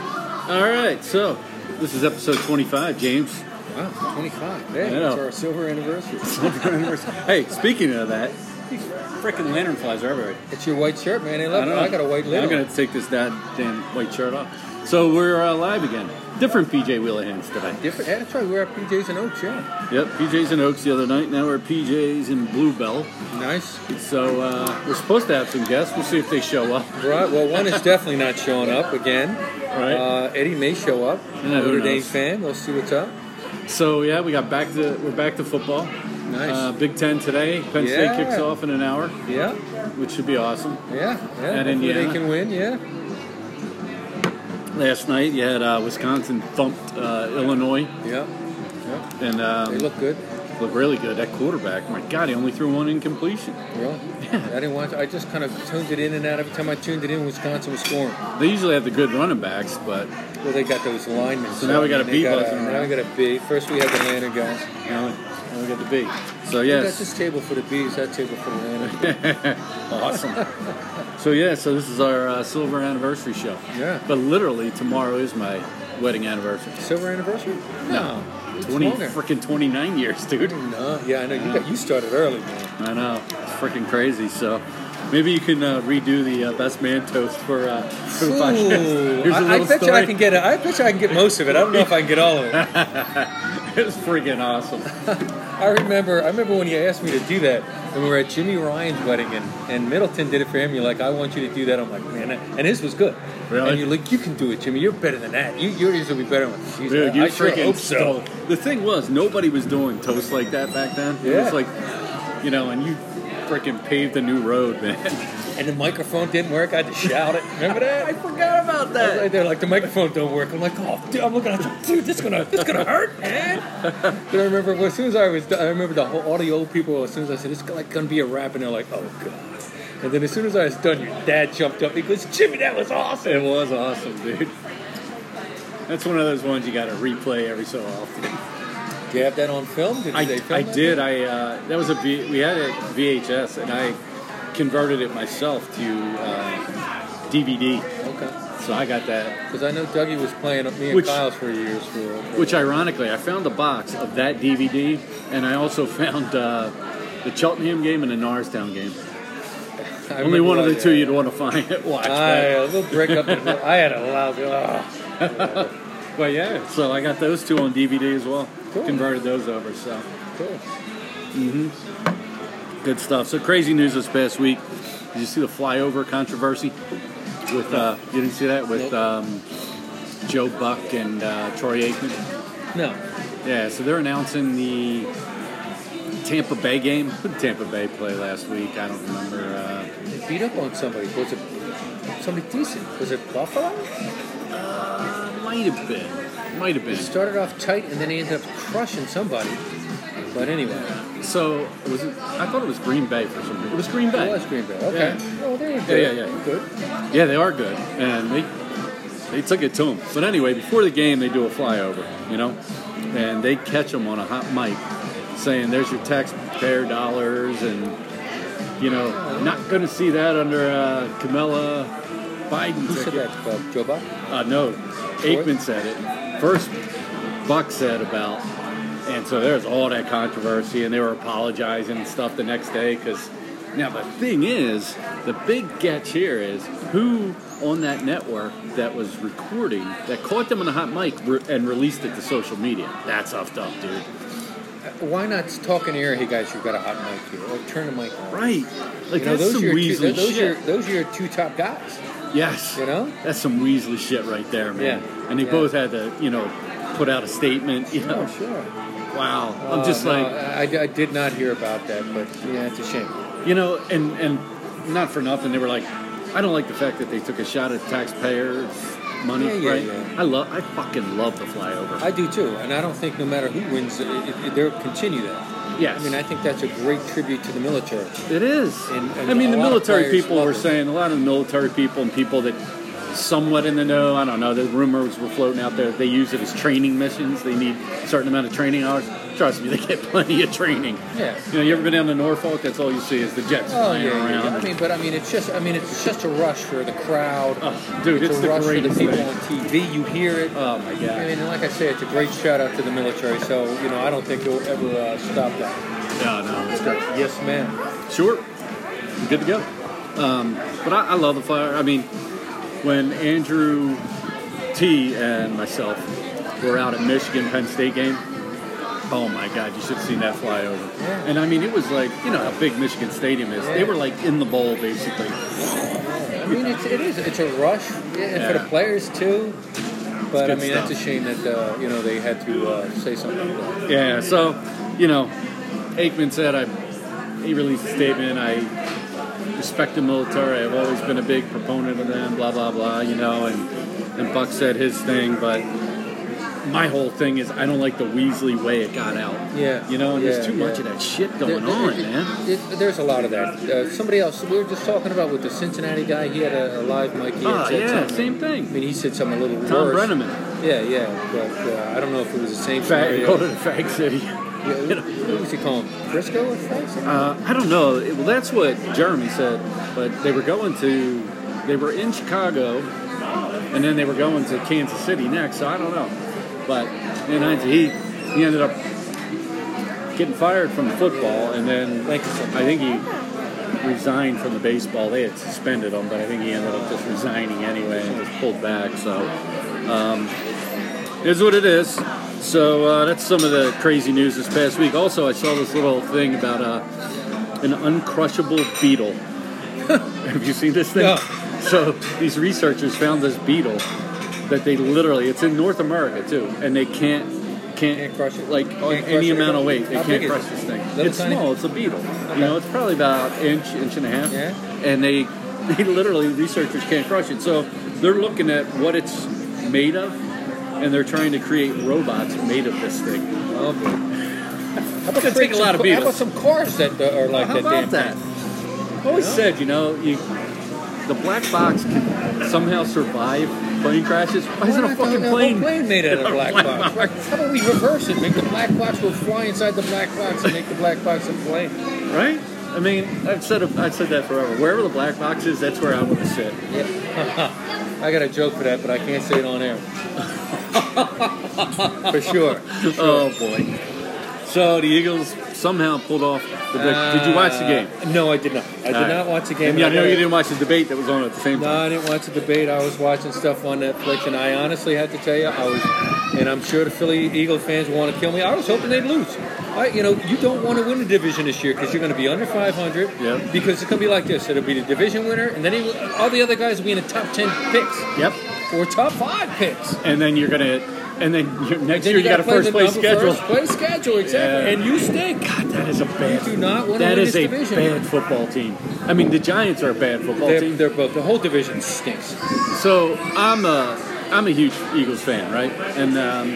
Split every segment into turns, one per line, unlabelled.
All right, so this is episode 25, James.
Wow, 25. Hey,
I know.
it's our silver anniversary.
hey, speaking of that, these freaking lantern flies are everywhere.
It's your white shirt, man. They love it.
know.
I got a white lid.
I'm
on.
going to take this damn white shirt off. So we're uh, live again. Different PJ Wheelahans today.
Different. Yeah, that's right. We're at PJs and Oaks, yeah.
Yep, PJs in Oaks the other night. Now we're at PJs in Bluebell.
Nice.
So uh, we're supposed to have some guests. We'll see if they show up.
Right. Well, one is definitely not showing up again.
Right.
Uh, Eddie may show up.
Yeah, who
Notre Dame
knows?
fan. We'll see what's up.
So yeah, we got back to we're back to football.
Nice.
Uh, Big Ten today. Penn State
Yeah.
kicks off in an hour,
Yeah.
which should be awesome.
Yeah. Yeah. Hopefully
Indiana.
they can win. Yeah.
Last night you had uh, Wisconsin thumped uh, Illinois
Yeah.
and
They
um,
look good.
looked really good. That quarterback, my God, he only threw one incompletion.
Really. I didn't watch. I just kind of tuned it in and out. Every time I tuned it in, Wisconsin was scoring.
They usually have the good running backs, but
Well, they got those linemen.
So now we got a
they
B
got
buzzing
Now
around.
we got a B. First, we had the Atlanta guys.
you know, now we got the B. So
That's
yes,
this table for the bees. That table for the Atlanta.
awesome. So yeah, so this is our uh, silver anniversary show.
Yeah.
But literally tomorrow is my wedding anniversary.
Silver anniversary?
No,
It's
twenty
longer.
freaking twenty nine years, dude.
No. Yeah, I know. You got you started early, man.
I know. It's freaking crazy. So maybe you can uh, redo the uh, best man toast for uh, for the podcast. Here's a
I, I
little
bet you I
story.
can get. it. I bet you I can get most of it. I don't know if I can get all of it.
it's freaking awesome.
I remember. I remember when you asked me to do that, and we were at Jimmy Ryan's wedding, and, and Middleton did it for him. You're like, I want you to do that. I'm like, man, and his was good.
Really?
And you're like, you can do it, Jimmy. You're better than that. You, yours will be better. I'm like, "Geez,
Dude, you
I sure
freaking
hope so.
stole it. The thing was, nobody was doing toast like that back then. It
Yeah.
was like, you know, and you freaking paved a new road, man.
And the microphone didn't work. I had to shout it. Remember that?
I forgot about
I was
that.
right there, like the microphone don't work. I'm like, oh, dude, I'm looking at it, dude, this gonna, this gonna hurt, man. But I remember well, as soon as I was, done, I remember the whole, all the old people. As soon as I said, it's like gonna be a wrap, and they're like, oh god. And then as soon as I was done, your dad jumped up. He goes, Jimmy, that was awesome.
It was awesome, dude. That's one of those ones you got to replay every so often.
Do you have that on film? Did
I, I did. I uh, that was a v, we had it VHS, and I converted it myself to uh, DVD.
Okay.
So I got that.
Because I know Dougie was playing me and
Which-
Kyle's for years. For, for
Which ironically, I found the box of that DVD, and I also found uh, the Cheltenham game and the Norristown game.
I
Only
remember
one of
why,
the two
yeah.
you'd want to find watch.
I, uh,
but-
a little brick up. in the- I had a lousy. ah.
But yeah, so I got those two on DVD as well.
Cool.
Converted those over. So
cool.
good stuff. So crazy news this past week. Did you see the flyover controversy? With uh, you didn't see that with
Nope.
um, Joe Buck and uh, Troy Aikman.
No.
Yeah, so they're announcing the Tampa Bay game. Who did Tampa Bay play last week? I don't remember. Uh,
They beat up on somebody. Was it somebody decent? Was it Buffalo?
might have been. Might have
They
been.
started off tight and then they ended up crushing somebody. But anyway,
So was it? I thought it was Green Bay for some reason. It was Green
it
Bay.
was Green Bay. Okay.
Yeah.
Oh, there you go.
Yeah, yeah, yeah.
Good.
Yeah, they are good, and they they took it to them. But anyway, before the game, they do a flyover, you know, and they catch them on a hot mic, saying, "There's your taxpayer dollars," and you know, not going to see that under uh, Camilla Biden.
Who said
ticket.
that? Uh, Joe Buck?
Uh, no, Aikman said it. First, Buck said about, and so there's all that controversy, and they were apologizing and stuff the next day. Because now the thing is, the big catch here is who on that network that was recording that caught them on a hot mic re- and released it to social media. That's effed up, dude.
Why not talk in the ear? Hey guys, you've got a hot mic here. Or turn the mic on.
Right? Like
You know,
that's
those
some
are your two,
Weasley
those are
shit.
your- those are your two top guys.
yes.
You know?
That's some Weasley shit right there, man.
Yeah.
And they
Yeah.
both had to, you know, put out a statement. You know,
Oh, sure. Uh,
wow. I'm just
Oh, no,
like.
I, I did not hear about that, but yeah, it's a shame.
You know, and and not for nothing, they were like, I don't like the fact that they took a shot at taxpayers' money.
Yeah, yeah,
right?
yeah.
I love, I fucking love the flyover.
I do too, and I don't think no matter who wins, it, it, it, they'll continue that.
yes,
I mean, I think that's a great tribute to the military.
it is.
And- and
I mean,
a
the
lot of
military
players
people
love
were
it.
saying a lot of military people and people that somewhat in the know. I don't know. The rumors were floating out there. that They use it as training missions. They need a certain amount of training hours. Trust me, they get plenty of training.
Yeah.
You know, you ever been down to Norfolk? That's all you see is the jets
Oh
flying
yeah, yeah,
around.
yeah. I mean, but I mean, it's just I mean, it's just a rush for the crowd.
Oh, dude, it's
a
the
rush for the
greatest
people
thing.
on TV. You hear it.
Oh my god.
I mean, and like I say, it's a great shout out to the military. So you know, I don't think it'll ever uh, stop that.
no, no, it's great.
Yes, ma'am.
Sure. Good to go. Um, but I, I love the flyer. I mean, when Andrew T and myself were out at Michigan Penn State game, oh my God, you should have seen that flyover.
Yeah.
And I mean, it was like, you know how big Michigan Stadium is. They
Yeah.
were like in the bowl, basically.
I mean, it's it is it's a rush yeah, and for
Yeah.
the players too. But I
good
mean, that's a
stuff.
shame that uh, you know they had to uh, say something like that.
Yeah, so, you know, Aikman said I he released a statement, I respect the military, I've always been a big proponent of them, blah blah blah, you know, and and Buck said his thing, but my whole thing is I don't like the Weasley way it got out.
Yeah.
You know, and there's
Yeah,
too much
yeah.
of that shit going on,
it-
man.
it- it- there's a lot of that. Uh, somebody else we were just talking about with the Cincinnati guy. He had a, a live mic. He had
Oh,
said
yeah,
something.
same thing.
I mean, he said something a little
Tom
worse.
Brenneman.
Yeah, yeah, but uh, I don't know if it was the same
Fag,
scenario.
go to the Fag City.
Yeah, who, who was he calling? Frisco or Frisco?
Uh, I don't know. It- Well, that's what Jeremy said. But they were going to, they were in Chicago, and then they were going to Kansas City next. So I don't know. But and I, he he ended up getting fired from football, and then
Lancaster.
I think he resigned from the baseball. They had suspended him, but I think he ended up just resigning anyway and just pulled back. So um, it is what it is. So uh, that's some of the crazy news this past week. Also, I saw this little thing about uh, an uncrushable beetle. Have you seen this thing?
No.
So these researchers found this beetle that they literally it's in North America too, and they can't can't,
Can't crush it? Oh,
like
Can't
on
crush
any
it?
amount of weight. They
How
can't
big is
crush
it?
this thing.
Little
it's
tiny?
small. It's a beetle.
Okay.
You know, it's probably about inch inch and a half.
Yeah.
And they they literally researchers can't crush it. So they're looking at what it's made of, and they're trying to create robots made of this thing.
Oh, boy. How about
gonna take a
freaking
lot of
ca-
Beatles.
How about some cars that uh, are like
How
that?
about
damn
that? I always
Yeah.
said, you know, you the black box can somehow survive plane crashes. Why isn't
Why
a
not
fucking
a
plane?
whole plane made out of
A
a black
black
box?
box.
How about we reverse it? Make the black box will fly inside the black box and make the black box a plane.
Right? I mean, I've said I've said that forever. Wherever the black box is, that's where I want to sit.
Yeah. I got a joke for that, but I can't say it on air. for sure.
Oh boy! So the Eagles somehow pulled off the. Did, did you watch the game?
Uh, No, I did not. I did
All right.
not watch the game.
And yeah, I
I
know
gotta-
you didn't watch the debate that was on at the same
No,
time.
I didn't watch the debate. I was watching stuff on Netflix, and I honestly had to tell you, I was, and I'm sure the Philly Eagle fans want to kill me. I was hoping they'd lose. I, you know, you don't want to win the division this year because you're going to be under 500.
Yeah.
Because it's going to be like this: it'll be the division winner, and then he, all the other guys will be in the top 10 picks
Yep.
or top five picks.
And then you're gonna, and then you next
Then
year you got a
gotta play
first
the
place
number
schedule.
First place schedule, exactly.
Yeah.
And you stink.
God, that is a bad.
do not wanna
That
win
is
this
a
division.
bad football team. I mean, the Giants are a bad football
They're,
team.
they're both. The whole division stinks.
So I'm a I'm a huge Eagles fan, right? And um,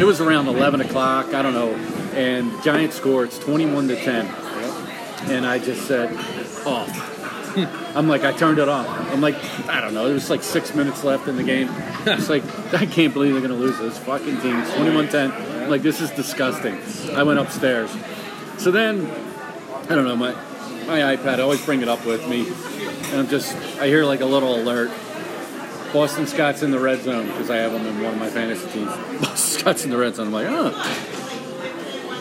it was around 11 o'clock, I don't know, and Giants score. It's 21 to 10, and I just said, "Oh." I'm like, I turned it off. I'm like, I don't know. There was like six minutes left in the game. It's like, I can't believe they're going to lose this fucking team. It's 21-10. I'm Like, this is disgusting. I went upstairs. So then, I don't know, my, my iPad, I always bring it up with me. And I'm just, I hear like a little alert. Boston Scott's in the red zone because I have him in one of my fantasy teams. Boston Scott's in the red zone. I'm like, oh.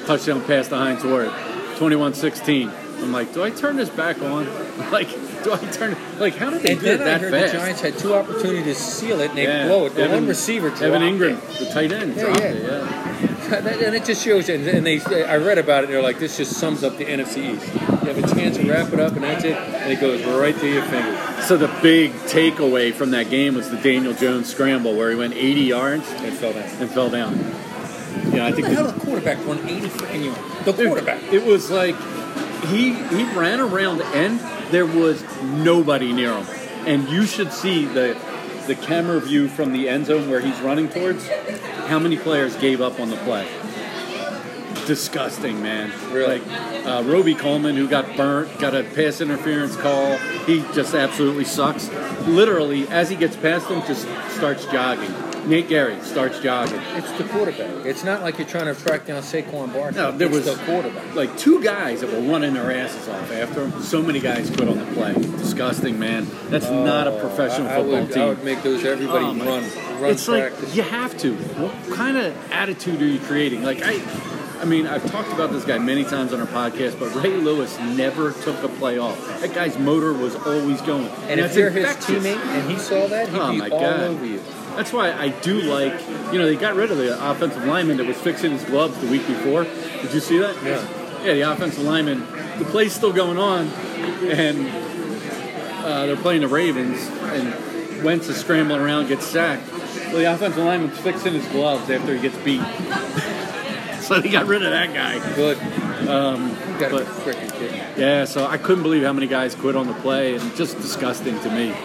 Touchdown pass to Heinz Ward. 21 16. I'm like, do I turn this back on? Like, do I turn Like, how did they
And
do it
then I
that
heard
fast?
the Giants had two opportunities to seal it, and they
Yeah.
blow it. The
Evan-
one receiver dropped
Evan
it.
Ingram, the tight end,
Yeah,
dropped
yeah.
it, yeah.
And and it just shows, and and they, I read about it, and they're like, this just sums up the NFC East. You have a chance to wrap it up, and that's it, and it goes right through your fingers.
So the big takeaway from that game was the Daniel Jones scramble where he went 80 yards
It fell down.
and fell down. Yeah, I
How
think
the hell did the quarterback run 80 freaking yards? The quarterback.
It was like he he ran around and there was nobody near him. And you should see the the camera view from the end zone where he's running towards. How many players gave up on the play? Disgusting, man.
Really?
Like uh, Roby Coleman, who got burnt, got a pass interference call. He just absolutely sucks. literally as he gets past him, just starts jogging. Nate Gary starts jogging.
It's the quarterback. It's not like you're trying to track down Saquon Barkley.
No, there
it's
was-
the quarterback.
Like two guys that were running their asses off after him. So many guys quit on the play. Disgusting, man. That's not a professional
Oh, I, I
football
would,
team.
I would make those everybody
Oh, my-
run, run
it's
practice.
like you have to. What kind of attitude are you creating? Like I, I mean, I've talked about this guy many times on our podcast, but Ray Lewis never took a play off. That guy's motor was always going,
and if
that's
you're his
infectious.
teammate and he saw that, he'd
Oh,
be
my
all
God.
over you.
That's why I do like, you know, they got rid of the offensive lineman that was fixing his gloves the week before. Did you see that?
Yeah.
Yeah, the offensive lineman. The play's still going on, and uh, they're playing the Ravens, and Wentz is scrambling around, gets sacked. Well, the offensive lineman's fixing his gloves after he gets beat. so they got rid of that guy.
Good. Um, you gotta
but-
be freaking kidding. me.
Yeah, so I couldn't believe how many guys quit on the play, and just disgusting to me.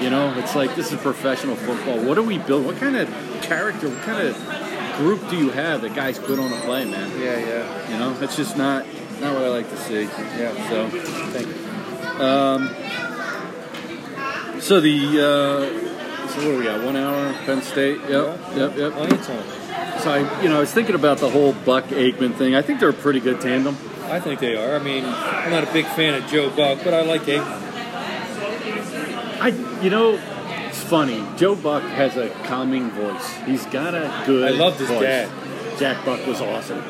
You know, it's like this is professional football. What do we build? What kind of character? What kind of group do you have that guys quit on a play, man?
Yeah, yeah,
You know, it's just not not what I like to see.
yeah.
So, Um,
Thank you.
so the uh, so what do we got? One hour, Penn State. Yep, yep, yep.
Plenty of time.
So I, you know, I was thinking about the whole Buck Aikman thing. I think they're a pretty good tandem.
I think they are. I mean, I'm not a big fan of Joe Buck, but I like Aikman.
I, you know, it's funny. Joe Buck has a calming voice. He's got a good.
I loved his
voice.
dad.
Jack Buck was awesome.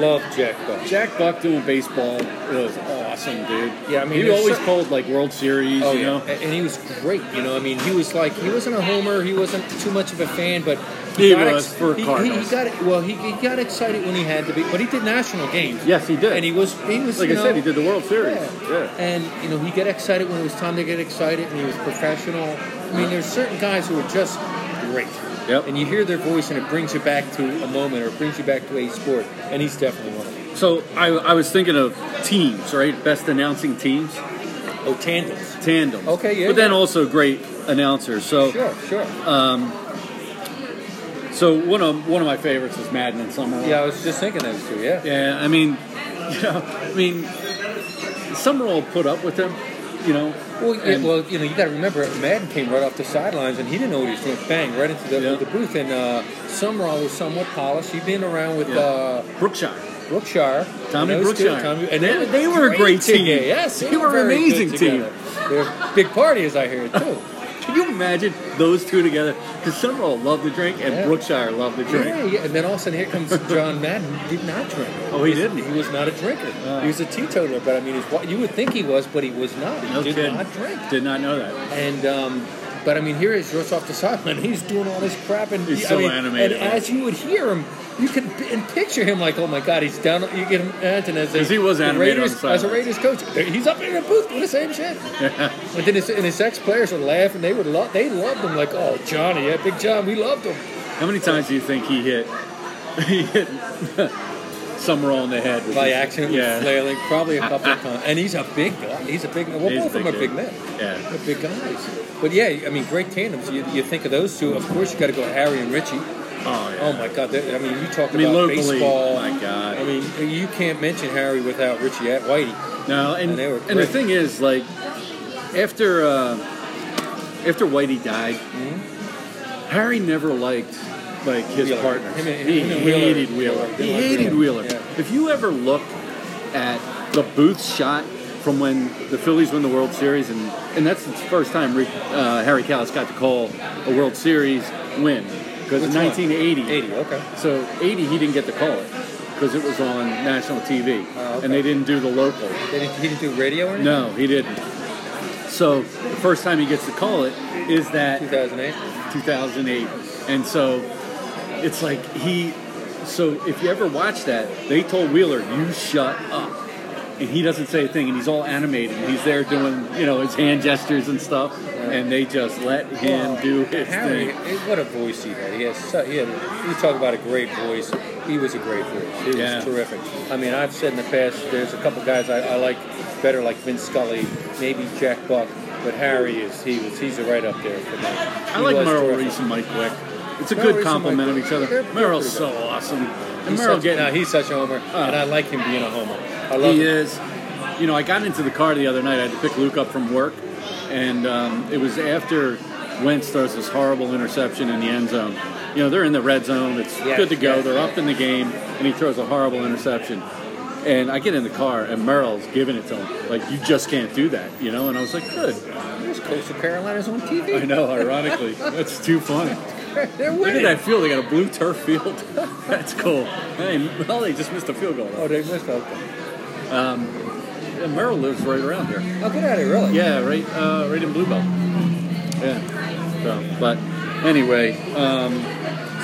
Love Jack Buck.
Jack Buck doing baseball was awesome, dude.
Yeah, I mean,
he
there's
always
cer-
called like World Series,
Oh,
you
yeah.
know.
A- And he was great. You know, I mean, he was like, he wasn't a homer. He wasn't too much of a fan, but
He
got
was for
he, he, he
Cardinals.
got well. He, he got excited when he had to be, but he did national games.
Yes, he did.
And he was, he was
like
you
I said,
know,
he did the World Series. Yeah.
And you know, he got excited when it was time to get excited, and he was professional. I mean, there's certain guys who are just great.
Yep.
And you hear their voice, and it brings you back to a moment, or it brings you back to a sport. And he's definitely one of them.
So I, I was thinking of teams, right? Best announcing teams,
Oh, tandems.
tandems.
Okay, yeah,
But then
yeah.
also great announcers. So
Sure, sure.
so one of one of my favorites is Madden and Summerall.
yeah, I was just thinking those two. Yeah.
Yeah, I mean, you know, I mean, Summerall put up with him, you know.
Well, yeah,
And-
well, you know, you got to remember, Madden came right off the sidelines, and he didn't know what he was doing. Bang, right into the,
Yeah.
the booth. And uh, Summerall was somewhat polished. He'd been around with.
Yeah.
Uh,
Brookshire,
Brookshire,
Tommy
and those two,
Brookshire.
Tommy-
They-
were
they were a great team.
together. Yes,
They were an
very good
amazing team.
together. They were big party, as I heard too.
can you imagine those two together? Because Summerall loved to drink and
Yeah.
Brookshire loved to drink.
yeah, yeah, and then all of a sudden here comes John Madden. who Did not drink.
Oh, he didn't?
He was not a drinker.
Ah.
he was a teetotaler, but I mean, his, wa- you would think he was, but he was not. He
No
did
kidding.
not drink.
Did not know that.
And um, but I mean, here is Russ off the sideline. He's doing all this crap, and
He's
I
so
mean,
animated,
And
yeah.
as you would hear him, you could p- and picture him like, oh my God, he's down. You can imagine as a-
'Cause he was
the
animated on
Raiders-
the
as a
sidelines.
Raiders coach. He's up in the booth doing the same shit. and then his, and his ex players would laugh, and they would love. They loved him like, oh Johnny, yeah, Big John, we loved him.
How many times do you think he hit? He hit Summerall in the head with
By
his-
accident, with
Yeah,
flailing probably a couple of times. And he's a big guy. He's a big. Well,
He's a
both of them
big
are big
dude.
men.
yeah.
They're big guys. But yeah, I mean, great tandems. You, you think of those two. Of course, you got to go Harry and Richie.
Oh yeah.
Oh my God! they- I mean, you talk
I mean,
about
locally,
baseball.
my God.
I mean, you can't mention Harry without Richie at Whitey.
No, and
And they were
and the
great.
thing is, like after uh, after Whitey died, Harry never liked like his
Hmm? Wheeler.
partners.
Him and-
he
him and Wheeler.
hated Wheeler.
Didn't
He
like
hated Wheeler.
Wheeler. Yeah.
If you ever look at the booth shot from when the Phillies win the World Series, and and that's the first time Rick, uh, Harry Callis got to call a World Series win because in
Which one?
1980.
Eighty, okay.
So 80, he didn't get to call it because it was on national TV,
Oh, okay.
and they didn't do the local.
They didn't, he didn't do radio or anything.
No, he didn't. So the first time he gets to call it is that
2008.
2008, and so it's like he. So if you ever watch that, they told Wheeler, "You shut up," and he doesn't say a thing, and he's all animated, and he's there doing you know his hand gestures and stuff, and they just let him do his
Harry,
thing.
eh, what a voice he had! He has, so, he had. You talk about a great voice. He was a great voice. He
Yeah.
was terrific. I mean, I've said in the past, there's a couple guys I, I like better, like Vince Scully, maybe Jack Buck, but Harry is he was he's right up there for me.
I
He
like
was
Merrill
terrific.
Reese and Mike Wick. It's a
Merrill
good
Reese and
compliment
Mike
of
Wick.
each other.
They're- they're
Merrill's so
pretty
awesome, and
He's
Merrill
such,
getting Oh.
no, he's such a homer, and I like him being a homer. I love
he
him.
is. You know, I got into the car the other night. I had to pick Luke up from work, and um, it was after Wentz throws this horrible interception in the end zone. You know, they're in the red zone. It's
Yes,
good to go.
yes,
they're
yes.
up in the game, and he throws a horrible interception. And I get in the car, and Merrill's giving it to him. Like, you just can't do that, you know? And I was like, good.
This coast of Carolina's on
I
TV.
know, ironically. That's too funny.
They're
Look at
winning.
that field. They got a blue turf field. That's cool. Hey, well, they just missed a field goal.
Oh, they missed open.
And Merrill lives right around here.
Oh, get out of here, really.
Yeah, right, uh, right in Bluebell. Yeah. So, but anyway, um,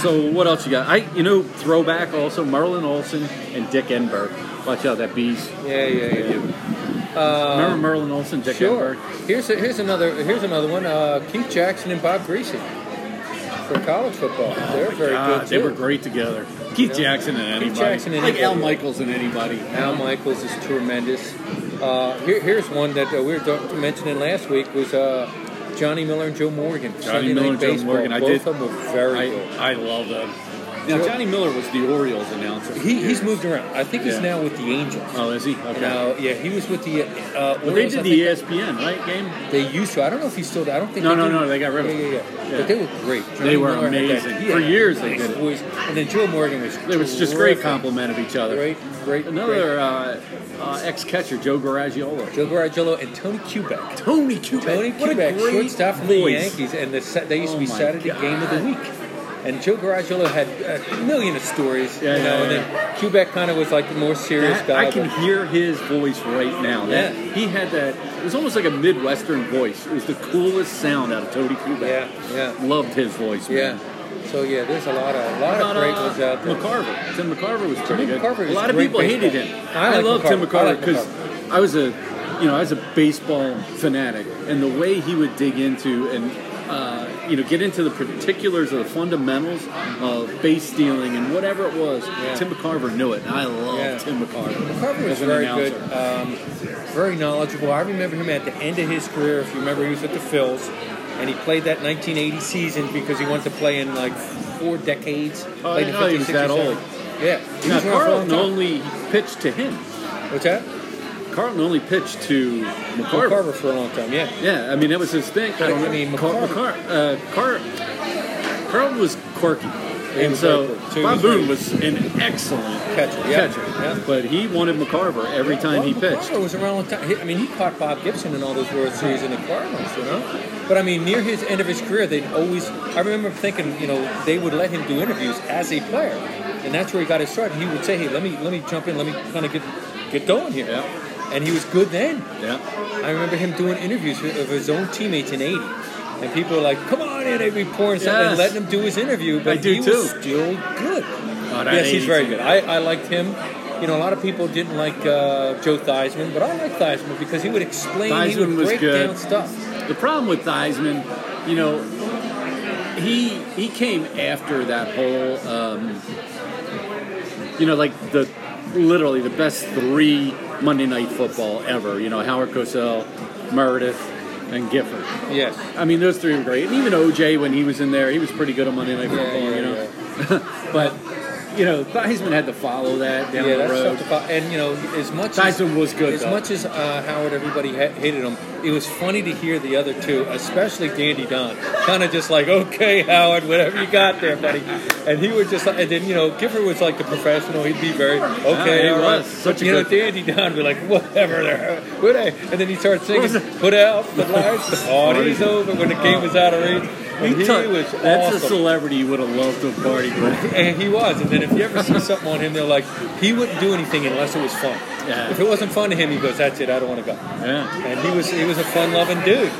so what else you got? I, you know, throwback also Merlin Olsen and Dick Enberg. Watch out, that bees.
Yeah, yeah, yeah.
Remember Merlin Olsen, Dick
Sure.
Enberg?
Here's a, here's another here's another one. Uh, Keith Jackson and Bob Greasy for college football. They're very
God,
good
Ah, they
too.
were great together. Keith Jackson and anybody.
Jackson and
like Al
anybody.
Michaels and anybody.
Al Michaels is tremendous. Uh, here, here's one that uh, we were talk- mentioning last week was uh, Johnny Miller and Joe Morgan. Sunday
Miller
Night
and Joe
Baseball.
Morgan, I
Both
did-
of them were very
I,
good.
I love them. Now
Sure.
Johnny Miller was the Orioles announcer.
He, he's moved around. I think he's
Yeah.
now with the Angels.
oh, is he? Okay.
Now, yeah, he was with the. Uh, uh,
but they
Orioles,
did
I think.
the E ESPN right game.
They used to. I don't know if he still. I don't think.
No,
they
no,
do.
no, they got rid of
yeah,
him.
Yeah, yeah,
Yeah.
But they were great.
They were
Miller had that-
amazing.
he had
For
a
years they
nice
did it.
voice. And then Joe Morgan was.
It was just great
terrific.
compliment of each other.
Great, great, great.
Another uh, uh, ex-catcher, Joe Garagiola.
Joe Garagiola and Tony Kubek.
Tony Kubek.
Tony Kubek, shortstop for the Yankees, and the, Sa- they used to be
Oh my
Saturday
God.
game of the week. And Joe Garagiola had a million of stories,
Yeah,
you know,
yeah,
and then Kubek kind of was like the more serious
That-
guy.
I can
but-
hear his voice right now. That-
Yeah.
he had that. It was almost like a midwestern voice. It was the coolest sound out of Tony Kubek.
yeah, yeah,
Loved his voice. man.
yeah. So yeah, there's a lot of a lot
How
of
about,
great
uh,
ones out there.
McCarver. Tim McCarver was pretty
Tim
good.
McCarver
a
is
lot of
great
people hated
baseball.
him.
I like
love Tim
McCarver. I
McCarver
like
because
McCarver.
I was a, you know, I was a baseball fanatic, and the way he would dig into and. Uh, you know, get into the particulars or the fundamentals of base stealing and whatever it was.
Yeah.
Tim McCarver knew it, and I love
Yeah.
Tim McCarver.
McCarver was
as an
very
announcer.
good, um, very knowledgeable. I remember him at the end of his career. If you remember, he was with the Phils, and he played that 1980 season because he wanted to play in like four decades.
Oh, I
played in
didn't know he was
56
that
or something.
old.
Yeah, he
Now,
was around for a long
Carlton
time.
only pitched to him.
What's that?
Carlton only pitched to
Carver.
McCarver.
for a long time. Yeah.
Yeah, I mean that was his thing.
But, I mean,
Car,
McCarver-
McCar- uh, Car, Carl was quirky, and
was
so
very quirky. So he
Bob
was
Boone was an excellent
Catcher, yeah. Yeah.
but he wanted McCarver every time he
Well,
pitched.
McCarver was around all the time. He- I mean, he caught Bob Gibson in all those World Series and the Cardinals, you know. But I mean, near his end of his career, they'd always. I remember thinking, you know, they would let him do interviews as a player, and that's where he got his start. And he would say, "Hey, let me let me jump in, let me kind of get get going here."
Yeah.
And he was good then.
Yeah,
I remember him doing interviews with- of his own teammates in '80, and people were like, "Come on in," and be pouring something,
Yes.
and letting him do his interview. But
I do
he was
too.
still good.
Oh, that
yes, he's
80s
very
team.
good. I, I liked him. You know, a lot of people didn't like uh, Joe Theismann, but I liked Theismann because he would explain, he
Theismann
would
was
break
good.
down stuff.
the problem with Theismann, you know, he he came after that whole, um, you know, like the literally the best three Monday Night Football ever. You know, Howard Cosell, Meredith, and Gifford.
Yes.
I mean, those three were great. And even OJ, when he was in there, he was pretty good on Monday Night
Yeah,
Football,
yeah,
you know. But, you know, Theismann had to follow that down
yeah,
the
that's
road.
tough to follow. And you know, as much
Tyson
as,
was good,
As
though.
much as uh, Howard, everybody ha- hated him. It was funny to hear the other two, especially Dandy Don, kind of just like, "Okay, Howard, whatever you got there, buddy." And he would just, like, and then you know, Gifford was like the professional. He'd be very okay.
he
all right."
was. Such a
you
good-
know, Dandy Don would be like, "Whatever, there, would I?" And then he started
What was
singing,
it?
"Put out the lights, the party's over." When the game was out of reach, and he,
took-
was
that's
awesome.
a celebrity you would have loved to have partied with.
And he was. And then if you ever see something on him, they're like, he wouldn't do anything unless it was fun.
Yeah.
If it wasn't fun to him, he goes, that's it, I don't want to go.
Yeah.
And he was he was a fun loving dude.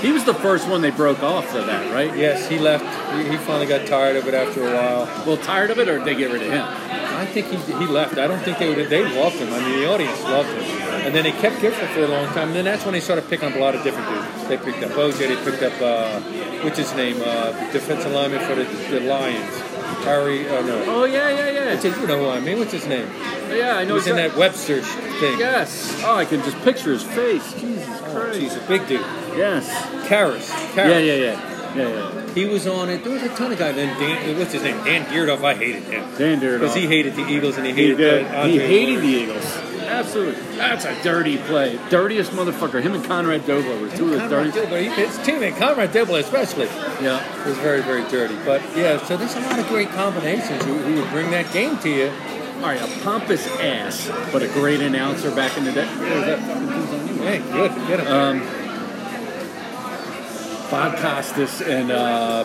He was the first one they broke off of that, right?
Yes, he left. He, he finally got tired of it after a while.
Well, tired of it, or did they get rid of him?
I think he, he left. I don't think they would. They loved him. I mean, the audience loved him. And then they kept Gifford for a long time. And then that's when they started picking up a lot of different dudes. They picked up OJ. They picked up uh, what's his name, uh, the defensive lineman for the, the Lions, Harry. Oh no,
Oh, yeah, yeah, yeah.
you know who I mean? What's his name?
Yeah, I
He
know.
was in
exact-
that Webster sh- thing.
Yes. Oh, I can just picture his face. Jesus
Oh,
Christ.
He's a big dude.
Yes.
Karras. Karras.
Yeah, yeah, yeah. Yeah, yeah.
He was on it. There was a ton of guys. Then Dan, what's his name? Dan Beardoff. I hated him.
Dan
Because
Dierdorf.
he hated the Eagles and he
He
hated
did.
uh,
He
Andre
hated the
Ward.
Eagles. Absolutely. That's a dirty play. Dirtiest motherfucker. Him and Conrad Dobler were two of the
Conrad
dirtiest.
Dibbler, he- his teammate Conrad Dibbler especially
Yeah.
was very, very dirty. But yeah, so there's a lot of great combinations who, who would bring that game to you.
All right, a pompous ass, but a great announcer back in the day. There's that fucking dude's on you.
Hey, good, get him.
Um, Bob Costas and uh,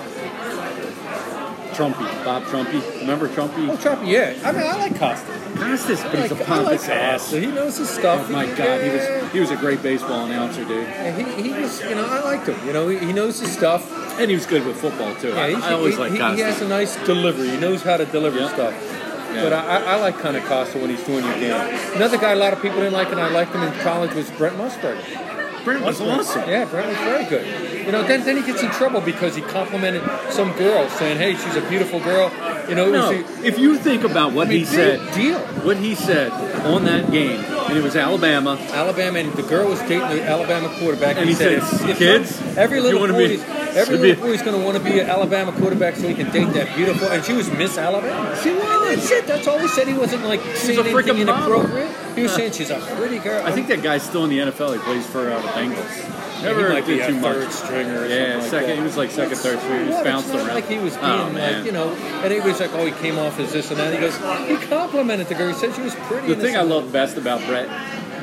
Trumpy. Bob Trumpy. Remember
oh,
Trumpy?
Trump, yeah. I mean, I like Costa.
Costas, but he's a
I like, I like
pompous ass.
Costa. He knows his stuff.
Oh my god, he was he was a great baseball announcer, dude.
Yeah, he, he was, you know, I liked him. You know, he, he knows his stuff.
And he was good with football too.
Yeah, he's-
I always
he,
like
he, he
Costas.
has a nice delivery. He knows how to deliver
Yeah.
stuff.
Yeah.
But I, I I like Conor Costa when he's doing your game. Another guy a lot of people didn't like, and I liked him in college, was Brent Musburger.
Brent was awesome.
Yeah, Brent was very good. You know, then, then he gets in trouble because he complimented some girl, saying, hey, she's a beautiful girl. You know, it
No,
was a,
if you think about what
I mean,
he
big
said,
deal.
what he said on that game, and it was Alabama.
Alabama, and the girl was dating the Alabama quarterback.
And he said,
if- if
"Kids,
some- every
you
little
wanna
boy,
be-
is- every
to be-
little boy's going to want to be an Alabama quarterback so he can date that beautiful." And she was Miss Alabama. She was. That's it. That's all he said. He wasn't like saying
a
anything
frickin' model.
inappropriate. He was saying she's a pretty girl.
I think that guy's still in the NFL. He plays for uh, the Bengals.
he
Never
might be
did
a
too much.
third stringer. Or
Yeah,
something
second.
Like
He
that.
was like second, third string. He just
Yeah, but it's
bounced
not
around.
Like he was being
Oh, man.
like you know, and everybody's like, "Oh, he came off as this and that." He goes, "He complimented the girl. He said she was pretty."
The
and this
thing I
and
love best about Brett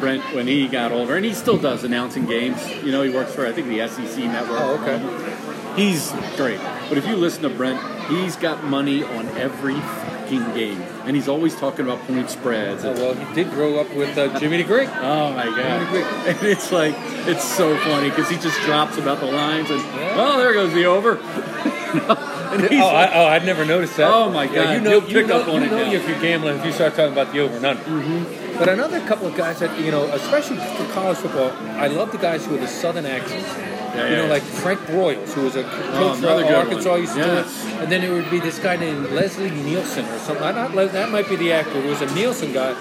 Brent when he got older, and he still does announcing games. You know, he works for I think the SEC network.
Oh, okay.
He's great, but if you listen to Brent, he's got money on every fucking game, and he's always talking about point spreads.
that.
and-
Oh, well, he did grow up with uh, Jimmy the Greek.
Oh my god! And it's like it's so funny because he just drops about the lines, and oh, there goes the over. and he's
oh, I, oh, I'd never noticed that.
Oh, my God.
Yeah, you know,
You'll
you
pick
know,
up on
you
it
know
now.
if you're gambling if you start talking about the over and under. Mm-hmm. But another couple of guys that you know, especially for college football, I love the guys with the southern accents.
Yeah,
you know,
yeah.
like Frank Broyles, who was a coach for
another good
Arkansas,
one.
used to
Yes.
do it. And then it would be this guy named Leslie Nielsen or something. I not Les- that might be the actor. It was a Nielsen guy,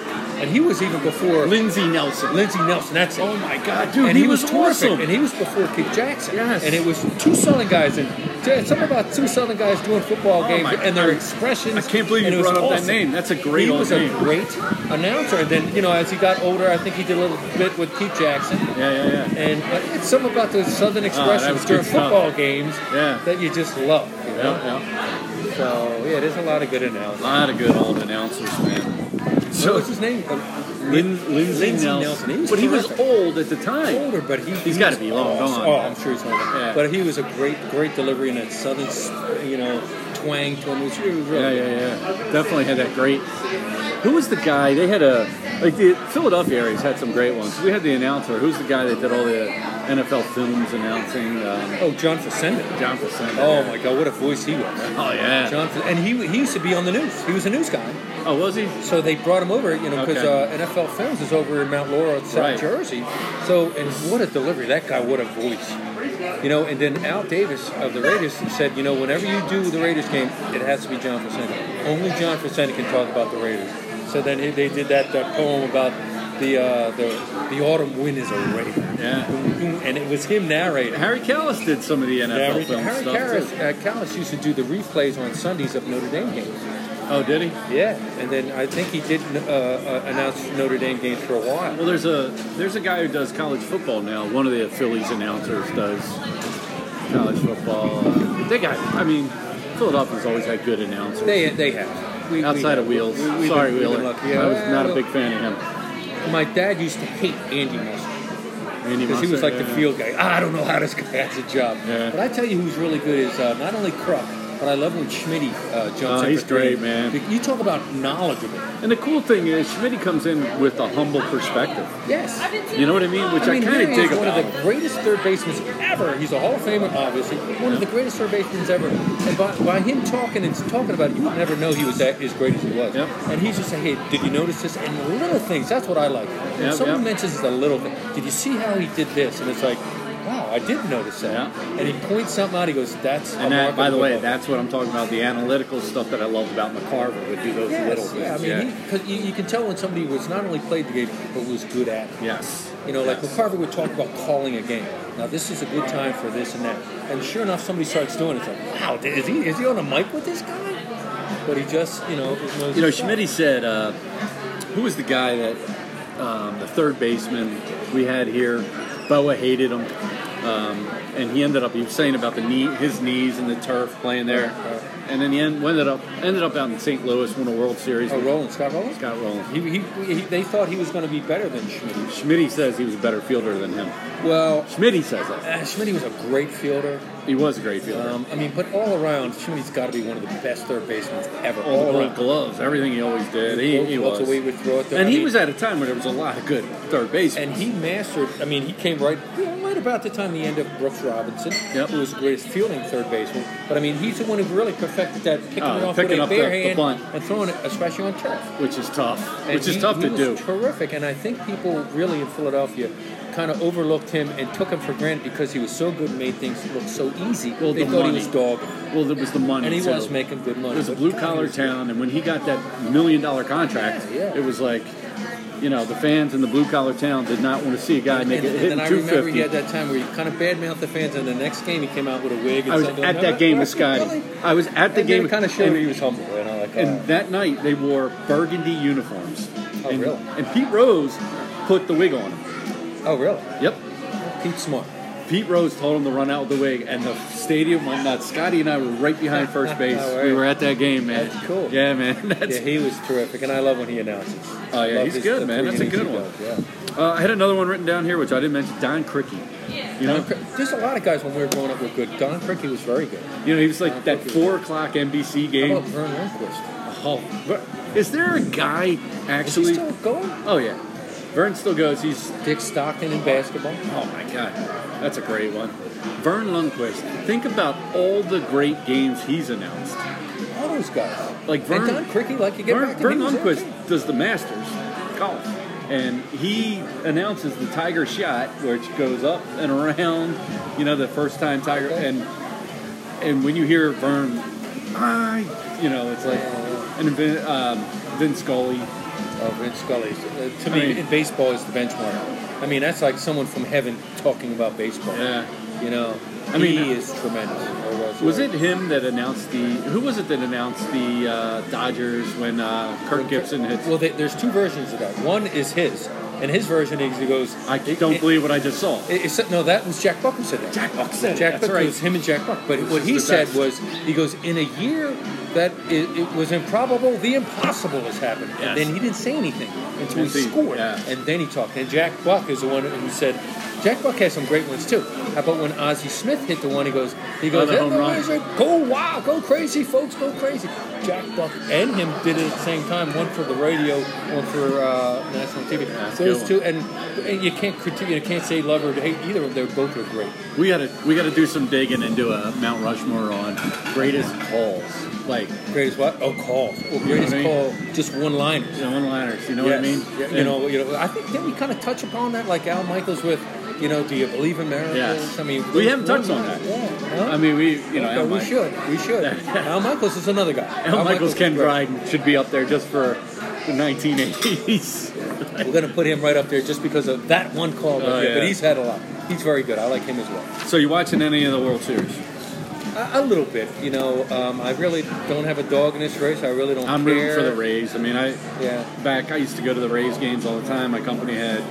and he was even before
Lindsey Nelson.
Lindsey Nelson. That's it
Oh my god, dude!
and
he, was,
terrific.
awesome.
And he was before Keith Jackson.
Yes.
And it was two Southern guys, and t- something about two Southern guys doing football
Oh
games
my-
and their
I-
expressions.
I can't believe
and
you
it was
brought up that
awesome.
name. That's a great
He
old
was
name.
a great announcer, and then you know, as he got older, I think he did a little bit with Keith Jackson.
yeah, yeah, yeah.
And but it's something about the Southern
Ah, was
expressions
good
during
stuff.
football games
Yeah.
that you just love. You know?
Yeah, yeah.
So yeah, there's a lot of good
A
announcers.
lot of good old announcers, man.
So
So
what's his name? Uh,
Lin, Lindsay,
Lindsey
Nelson,
Nelson, he was
but he was
terrific.
old at the time.
older, but he,
He's gotta be long
oh,
gone.
Oh, I'm sure he's long gone.
Yeah.
But he was a great, great delivery and that southern, you know, twang to him. It was really, really
Yeah, yeah, yeah. Definitely had that great. Who was the guy? They had a like the Philadelphia areas had some great ones. We had the announcer. Who's the guy that did all the NFL films announcing? Um,
Oh, John Facenda.
John Facenda.
Oh my God, what a voice he was.
Oh yeah.
John, Facenda- and he he used to be on the news. He was a news guy,
oh, was he?
so they brought him over. You know, because
Okay.
uh, NFL Films is over in Mount Laurel, South
Right.
Jersey. So, and what a delivery! That guy, what a voice. You know, and then Al Davis of the Raiders said, you know, whenever you do the Raiders game, it has to be John Facenda. Only John Facenda can talk about the Raiders. So then he, they did that, that poem about the uh, the the autumn wind is a Raider,
Yeah.
and it was him narrating.
Harry Callis did some of the NFL
Harry,
film
Harry
stuff
Karras,
too.
uh, Callis used to do the replays on Sundays of Notre Dame games.
Oh, did he?
Yeah, and then I think he did uh, uh, announce Notre Dame games for a while.
Well, there's a there's a guy who does college football now. One of the Phillies announcers does college football. They got. I mean, Philadelphia's always had good announcers.
They they have. We- we
Outside
have.
of Wheels.
We- we've
Sorry,
been- we've been
Wheeler.
lucky.
I was not a
well,
big fan of him.
My dad used to hate Andy Musser
Andy
because he was
Munster,
like the
yeah.
field guy. "Ah, I don't know how this guy has a job.
Yeah.
But I tell you, who's really good is uh, not only Kruk, but I love when Schmitty uh, jumps
Oh,
in.
he's
for three.
great, man.
You talk about knowledgeable.
And the cool thing is, Schmidt comes in with a humble perspective.
Yes.
You know what I mean? Which I,
I mean,
kind of
Harry
dig
is one
about.
of the greatest third basemans ever. He's a Hall of Famer, obviously. One of the greatest third basemans ever. And by, by him talking and talking about it, you would never know he was that, as great as he was.
Yep.
And he's just like, hey, did you notice this? And the little things, that's what I like. When
Yep,
someone
yep.
mentions the little thing, did you see how he did this? And it's like, wow, I did notice that.
Yeah.
And he points something out, he goes, that's a
and that,
mark
by
of
the
a
way,
football.
that's what I'm talking about. The analytical stuff that I love about McCarver would do those little
Yes,
things.
yeah, I mean, he- 'cause you, you can tell when somebody was not only played the game, but was good at it.
yes.
You know, like
Yes.
McCarver would talk about calling a game. Now this is a good time for this and that. And sure enough, somebody starts doing it. It's like, wow, is he is he on a mic with this guy? But he just, you know, knows
You know, Schmidt said, uh, who was the guy that um, the third baseman we had here. Boa hated him, um, and he ended up. He was saying about the knee, his knees, and the turf playing there.
Right, right.
And then he end, ended up ended up out in St. Louis, won a World Series.
Oh, Roland Scott Roland.
Scott Rowland.
He, he, he, they thought he was going to be better than Schmidt.
Schmidt says he was a better fielder than him.
Well,
Schmidt says that
uh, Schmidt was a great fielder.
he was a great fielder.
Um, I mean, but all around, Schmidt's got to be one of the best third basemen ever.
all the
all
gold
around.
gloves, everything he always did. He,
Both
he
balls
was.
away would throw it there.
And
I
he
mean,
was at a time where there was a lot of good third basemen.
And he mastered. I mean, he came right, you know, right about the time the end of Brooks Robinson,
Yep.
who was the greatest fielding third baseman. But I mean, he's the one who really perfected that picking
Oh,
it off
picking
with a
up the-
bare
the
hand
bunt.
and throwing it, especially on turf.
which is tough.
And
which is
he-
tough
he
to
was
do.
Terrific, and I think people really in Philadelphia kind of overlooked him and took him for granted because he was so good and made things look so easy.
Well,
they
the
thought
money.
he was dog,
Well, there was the money.
and he
too.
was making good money.
It was a
but
blue
God,
collar
he was-
town, and when he got that million dollar contract,
Yeah, yeah.
it was like, you know, the fans in the blue collar town did not want to see a guy make
And,
it
and
hit
then I
two
remember
fifty.
he had that time where he kind of badmouthed the fans, and the next game he came out with a wig. And
I was
something
at
like
that game with
Really?
Scotty. I was at the
and
game.
They kind of showed
and,
he was humble, you know, like.
and
uh,
that night they wore burgundy uniforms.
Oh,
and,
really?
and Pete Rose put the wig on him.
oh, really?
Yep.
Pete Smart.
Pete Rose told him to run out with the wig, and the stadium went nuts. Scotty and I were right behind first base.
All right.
We were at that game, man.
That's cool.
Yeah, man. That's
Yeah, he was terrific, and I love when he announces.
Oh, yeah,
Love
he's
his-
good,
the
man.
three
That's a
innings
good
he
one.
does, Yeah.
Uh, I had another one written down here, which I didn't mention. Don Cricky. You know,
There's a lot of guys when we were growing up were good. Don Cricky was very good.
you know, he was like
Don
that
Cricky. Oh.
four o'clock NBC
How
game.
about Vern Lundquist?
Oh, Ver- is there a guy
Is he
actually?
still going?
Oh yeah, Vern still goes. He's
Dick Stockton in basketball.
oh my god, that's a great one. Vern Lundquist. Think about all the great games he's announced.
All those guys.
Like Vern,
and Don Cricky, like you get
Vern,
back to
Vern
him, he was there, too.
Lundquist does the Masters golf, and he announces the Tiger shot, which goes up and around. You know, the first time Tiger,
Okay.
and and when you hear Vern, I, you know, it's like, and Vin, um, Vin Scully.
Oh, Vince Scully. Uh, to
I
me,
mean-
in baseball is the benchmark. I mean, that's like someone from heaven talking about baseball.
Yeah.
You know,
I mean-
he is tremendous. Or
Was it him that announced the? Who was it that announced the uh, Dodgers when uh, Kirk Gibson hits?
Well, they, there's two versions of that. One is his, and his version is he goes.
I don't
it-
believe what I just saw.
it- it's- no, that was Jack Buck who said that.
Jack Buck said it,
Jack
that's
Buck,
right.
It was him and Jack Buck. But what
is
he
the
said
best.
was, he goes, in a year that it, it was improbable, the impossible has happened.
Yes.
And then he didn't say anything until he
Until he-
scored.
yeah.
And then he talked. And Jack Buck is the one who said, Jack Buck has some great ones too. How about when Ozzie Smith hit the one? He goes, he goes,
Another home run.
"Everybody's like, go wild, go crazy, folks, go crazy. Jack Buck and him did it at the same time. One for the radio, one for uh, national TV.
that's a
Those
good
two, and, and you can't critique, you can't say love or hate either of them. They both were great.
We gotta we gotta do some digging and do a Mount Rushmore on greatest calls, like
Greatest what? Oh, call. Well,
You know
greatest
what I
call.
mean?
Just one liners.
you know, one-liners. You know what I mean?
You know. You know. I think didn't we kind of touch upon that, like Al Michaels with, you know, do you believe in miracles?
Yes.
I mean,
We haven't touched
one
on
line.
that.
Yeah. Huh?
I mean, we you know
But
Al
we
Michaels-
should. We should. Al Michaels is another guy.
Al Michaels, Ken
is great.
Dryden should be up there just for the 1980s.
We're gonna put him right up there just because of that one call. Right
Oh,
there, But
yeah.
he's had a lot. He's very good. I like him as well.
so you watching any of the World Series?
A, a little bit, you know. Um, I really don't have a dog in this race. I really don't
I'm
care.
rooting for the Rays. I mean, I
Yeah.
back I used to go to the Rays games all the time. My company had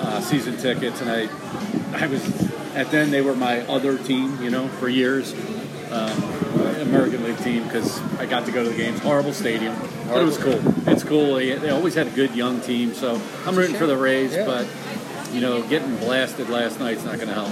uh, season tickets, and I I was at then they were my other team, you know, for years. Um, American League team because I got to go to the games. Horrible stadium, but it was cool. It's cool. They, they always had a good young team, so I'm rooting for the Rays.
Yeah.
But you know, getting blasted last night's not going to help.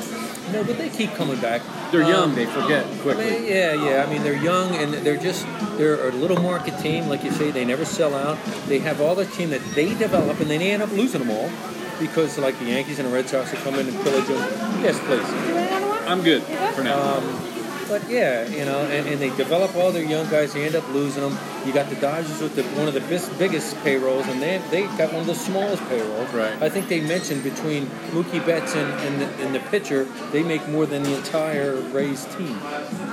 No, but they keep coming back.
They're
Um,
young; they forget quickly.
They- yeah, yeah. I mean, they're young and they're just they're a little market team, like you say. They never sell out. They have all the team that they develop, and then they end up losing them all because, like the Yankees and the Red Sox, will come in and pillage them. Yes, please.
I'm good for now.
Um, But yeah, you know, and, and they develop all their young guys. They end up losing them. You got the Dodgers with the, one of the best, biggest payrolls, and they they got one of the smallest payrolls.
Right.
I think they mentioned between Mookie Betts and, and, the, and the pitcher, they make more than the entire Rays team.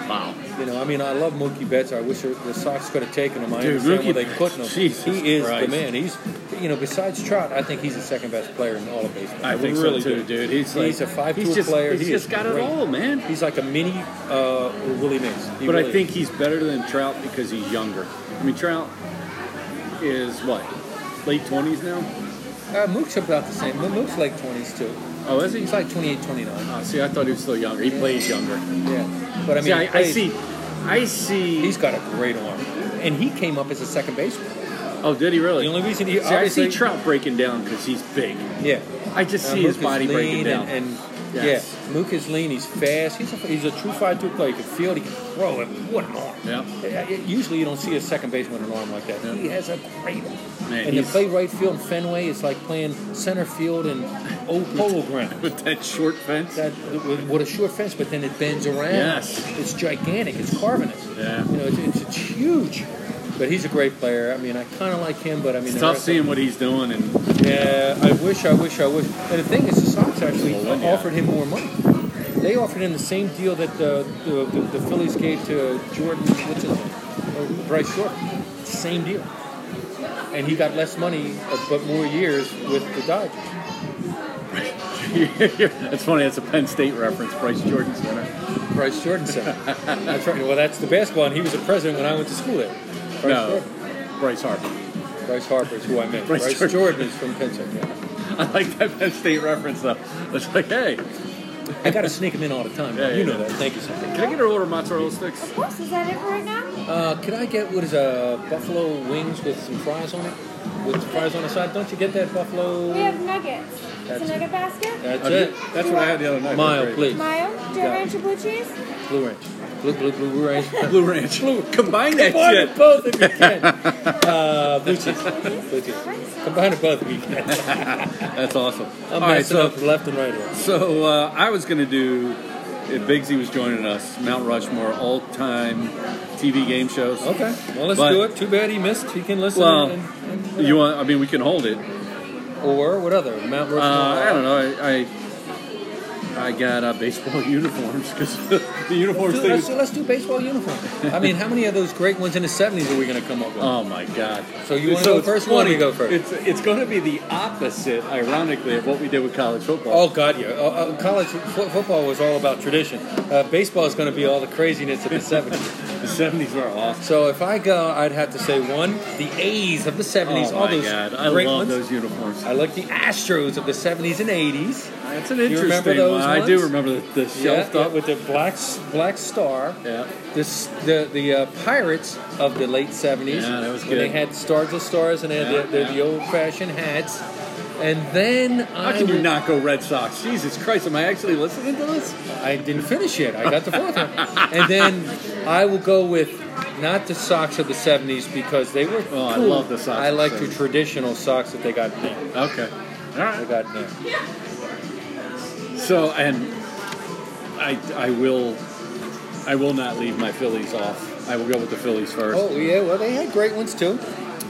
wow.
You know, I mean, I love Mookie Betts. I wish the Sox could have taken him. I
Dude,
understand why
Mookie
they
Betts,
couldn't. have.
Jesus
he is
Christ.
the man. He's, you know, besides Trout, I think he's the second best player in all of baseball.
I think
really
so too, dude. He's like,
He's a five-tool
he's just-
player.
He's
He
just
is
got it
great.
all, man.
do. He's like a mini uh, Willie Mays. He
But
really
I
is.
think he's better than Trout because he's younger. I mean, Trout is what late twenties now.
Uh, Mook's about the same. Mo- Mook's like 20s too.
Oh, is he?
He's like 28, 29.
Oh, see, I thought he was still younger. He plays younger.
Yeah. But I mean,
see, I,
he
I
plays-
see. I see.
He's got a great arm, and he came up as a second baseman.
oh, did he really?
The only reason he
see, I see
obviously-
Trout breaking down because he's big.
Yeah.
I just
Uh,
see
Mook
his
is
body
lean
breaking down.
And, and
Yes.
yeah, Mook is lean. He's fast. He's a, he's a true five-two player. He can field. He can throw it. What an arm!
Yeah.
Uh, uh, Usually you don't see a second baseman with an arm like that.
Yeah.
He has a great arm.
Man,
and to
he's-
play right field in Fenway is like playing center field in old polo ground.
with that short fence.
That with- with a short fence, but then it bends around.
Yes.
It's gigantic. It's carving it.
Yeah.
You know, it's, it's, it's huge. But he's a great player. I mean, I kind of like him, but I mean,
It's
the
tough
rest of-
seeing what he's doing, and
yeah, I wish, I wish, I wish. And the thing is, the Sox actually
Well, yeah.
offered him more money. They offered him the same deal that the the, the, the Phillies gave to Jordan, what's his name, Uh, Bryce Short. Same deal. And he got less money, uh, but more years with the Dodgers.
it's funny. That's a Penn State reference. Bryce Jordan Center.
Bryce Jordan Center. that's right. Well, that's the basketball, and he was the president when I went to school there. Bryce
No,
Jordan.
Bryce Harper.
Bryce Harper is who I met.
Bryce
Bryce,
Jordan.
Jordan. is from Pennsylvania.
I like that Penn State reference though. It's like, hey,
I got to sneak him in all the time.
Yeah,
you
yeah,
know
yeah.
that. Thank you, sir.
can I get an order of mozzarella sticks?
Of course, is that it for right now?
Uh, could I get what is a buffalo wings with some fries on it? With fries on the side? Don't you get that buffalo?
We have nuggets. It's
That's
a nugget basket.
That's
Oh,
it.
you- That's what I had the other night.
Mile,
Great.
please.
Mayo, do you
Yeah.
have ranch or blue cheese?
Blue ranch. Blue, blue, blue, blue ranch.
Blue Ranch.
Blue.
Combine that
Combine
shit.
it both if you can. Uh, blue cheese. Blue cheese. Combine it both if you can.
That's awesome.
I'm
All right,
messing
so
up left and right here.
so uh, I was gonna do if Bigsy was joining us, Mount Rushmore all time TV game shows.
Okay. Well, let's
But-
do it. Too bad he missed. He can listen.
Well,
and,
You want? I mean, we can hold it.
or what other? Mount Rushmore.
Uh, I don't know. I. I I got uh, baseball uniforms because the uniforms
Dude,
thing.
let's,
Is,
let's do baseball uniform. I mean, how many of those great ones in the 70s are we going to come up with?
oh my god!
So you wanna go
it's
first or you wanna
funny.
go first?
It's it's going to be the opposite, ironically, of what we did with college football.
Oh God, yeah. Uh, uh, college fo- football was all about tradition. Uh, baseball is going to be all the craziness of the '70s.
The seventies were awesome.
so if I go, I'd have to say one, the A's of the '70s,
oh
all
my
those
god! I
great
love
ones. Uh,
those uniforms.
I like the Astros of the '70s and '80s.
That's an
remember
interesting one.
those
I do
ones?
remember the, the shelf
yeah,
up.
with the black s- black star.
Yeah.
This the the uh, Pirates of the late '70s.
Yeah, that was
when They
good.
had stars with stars, and they had
Yeah,
the, the,
yeah.
the old-fashioned hats. And then
How
I
can you
would-
not go Red Sox? Jesus Christ! Am I actually listening to this?
I didn't finish it. I got the fourth one. And then I will go with not the socks of the 70s because they were
Oh, I
cool.
love the socks
I
of the
like the
70s.
traditional socks that they got now.
Okay. All
They
right.
got now.
So and I I will I will not leave my Phillies off. I will go with the Phillies first.
Oh, yeah. Well, they had great ones too.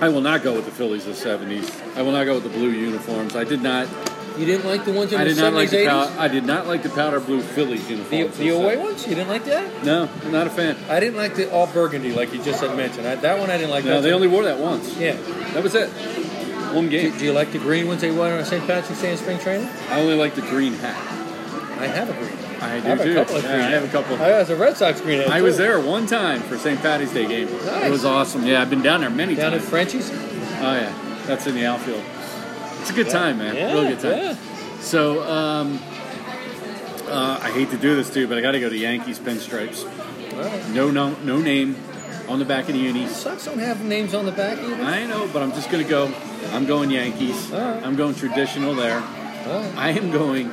I will not go with the Phillies of seventies. I will not go with the blue uniforms. I did not.
You didn't like the ones in
I
the
did
70s,
not like the Oh,
80s?
pow- I did not like the powder blue Phillies
the,
uniforms.
the away ones? You didn't like that?
No, not a fan.
I didn't like the all burgundy like you just had mentioned. I, that one I didn't like.
No,
that
they
too.
only wore that once.
Yeah.
That was it. One
Do,
game.
do you like the green ones they wore on St. Patrick's Day in spring training?
I only like the green hat.
I have a green. one.
I do
have
too.
A couple of
Yeah,
green
I have a couple.
I was a Red Sox green. hat,
I
too.
was there one time for St. Patty's Day game. It
Nice.
was awesome. Yeah, I've been down there many
down at
times.
Frenchie's.
Oh yeah, that's in the outfield. It's a good time, man.
Yeah,
Real good time.
yeah.
So, um, uh, I hate to do this too, but I got to go to Yankees pinstripes.
All right.
No, no, no name on the back of the unis.
Socks don't have names on the back either.
I know, but I'm just gonna go. I'm going Yankees.
All right.
I'm going traditional there.
Oh.
I am going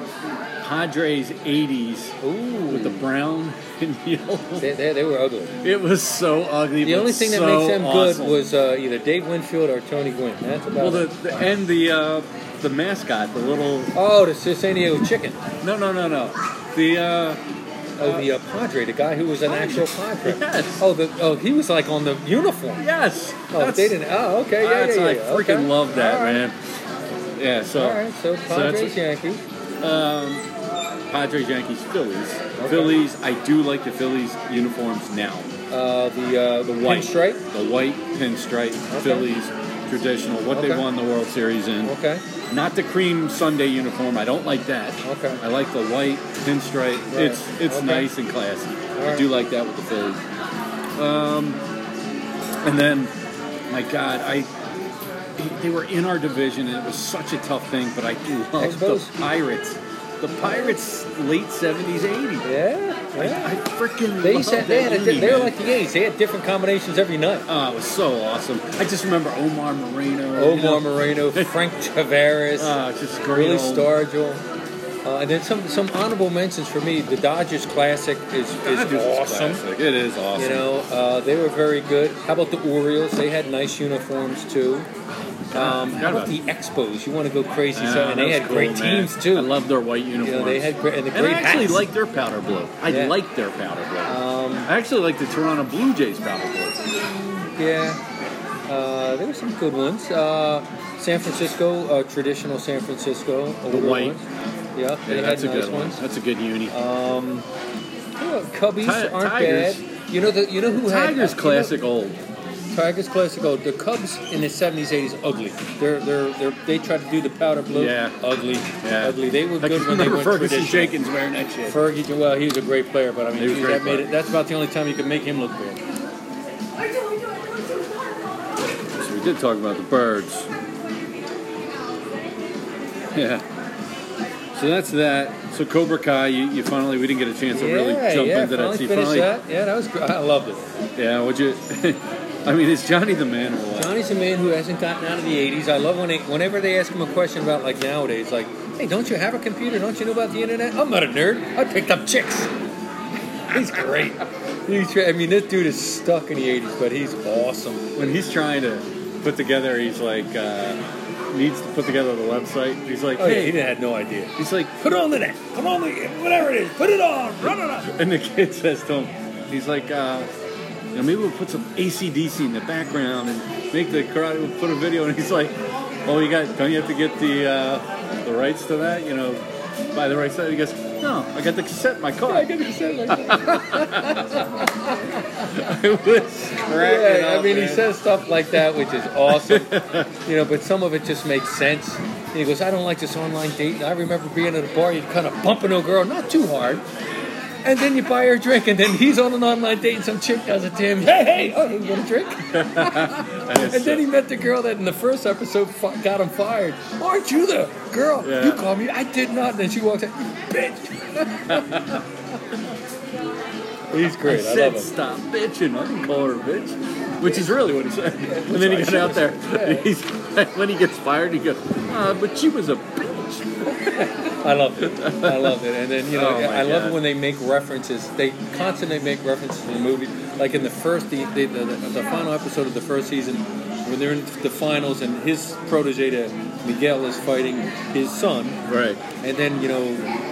Padres '80s
Ooh,
with the brown and yellow.
they, they, they were ugly.
It was so ugly.
The
but
only thing that
so
makes them
awesome.
good was uh, either Dave Winfield or Tony Gwynn. That's about
well, the,
it.
the and the uh, the mascot, the little
Oh, the San Diego Chicken.
no, no, no, no, the. Uh,
Oh, the uh, Padre, the guy who was an actual Padre.
Oh, Yes.
Oh, the oh he was like on the uniform.
Yes.
Oh,
that's,
they didn't. Oh, okay, yeah,
that's-
yeah, yeah.
I
yeah.
freaking
okay.
love that,
All right.
man. Yeah, so,
All right, so
that's-
Padres, Yankees.
um, Padres, Yankees, Phillies. Phillies, I do like the Phillies uniforms now.
Uh, the uh, the
White.
pinstripe.
The white pinstripe Phillies traditional, what they
Okay.
won the World Series in.
Okay.
Not the cream Sunday uniform. I don't like that.
Okay.
I like the white pinstripe.
Right.
It's it's
Okay.
nice and classy. I
right.
do like that with the Phillies. Um, and then, my God, I they were in our division, and it was such a tough thing. But I love
Expos?
the Pirates. The Pirates, late seventies, eighties.
Yeah,
I, I
yeah.
freaking
They
love
said
that
they had a,
league,
they were
man.
like the Yankees. They had different combinations every night.
Oh, it was so awesome. I just remember Omar Moreno. you know.
Omar Moreno, Frank Tavares,
Ah, it's just great.
Willie
old-
Stargell. Uh, and then some some honorable mentions for me. The Dodgers Classic is, is
Dodgers is
awesome.
classic. It is awesome.
You know, uh, they were very good. How about the Orioles? They had nice uniforms too. Um, how about
about
the Expos? You want to go crazy?
Yeah,
so, and
that
they
was
had
cool,
great
man.
teams too.
I love their white uniforms.
you know, they had great and the
and
great
I actually
hats.
like their powder blue. I
Yeah.
like their powder blue.
Um,
I actually like the Toronto Blue Jays powder blue.
Yeah, uh, there were some good ones. Uh, San Francisco, uh, traditional San Francisco, older
white.
ones. Yeah, they
Yeah,
had
that's a
nice
good one.
ones.
That's a good uni.
Um, yeah, Cubbies
Ti-
aren't
Tigers.
bad. You know the you know who had
Tigers
you know-
classic old.
Tigers classic. Oh, the Cubs in the seventies, eighties, ugly. They're, they're they're they tried to do the powder blue.
Yeah.
ugly,
Yeah.
ugly. They were
I
good
can
when they
remember
went
Ferguson
traditional.
Jenkins wearing that shit.
Fergie, well, he was a great player, but I mean,
He was
geez,
a great
that made
player.
it. That's about the only time you could make him look bad.
So we did talk about the birds. Yeah. So that's that. So Cobra Kai, you, you finally we didn't get a chance to really jump
yeah,
into that.
finally
So you
finished
finally-
that. Yeah, that was good. I loved it.
Yeah, would you? I mean, is Johnny the man or what?
Johnny's a man who hasn't gotten out of the 80s. I love when they, whenever they ask him a question about, like nowadays, like, hey, don't you have a computer? Don't you know about the internet? I'm not a nerd. I picked up chicks. he's great. He's, tra- I mean, this dude is stuck in the 80s, but he's awesome.
When he's trying to put together, he's like uh, needs to put together the website. He's like,
Oh, yeah, he
hey,
had no idea.
he's like,
Put on the net. Put on the, whatever it is. Put it on. Run it up.
and the kid says to him, he's like, uh, you know, maybe we'll put some ACDC in the background and make the karate. We'll put a video, and he's like, oh, you got? Don't you have to get the uh, the rights to that? You know, buy the rights to that? He goes, no, I got the cassette in my car. I got the cassette. it was cracking
Yeah, I
up,
mean, he
man.
says stuff like that, which is awesome. you know, but some of it just makes sense. And he goes, I don't like this online dating. I remember being at a bar, you'd kind of bump into a girl, not too hard. And then you buy her a drink, and then he's on an online date, and some chick does it to him. Hey, hey, oh, you want a drink? And then he met the girl that in the first episode fu- got him fired. Aren't you the girl?
Yeah.
You called me. I did not. And then she walks out, you bitch. he's great. I,
said,
love him.
Stop bitching. I didn't call her a bitch. Which is really what he said. and then he
what
got
I
out there.
should've
and He's, when he gets fired, he goes, uh, but she was a bitch.
I love it. I love it. And then you know,
Oh, my
I love
God.
it when they make references. They constantly make references to the movie. Like in the first, the the, the, the final episode of the first season, when they're in the finals, and his protege to Miguel is fighting his son,
Right.
and then you know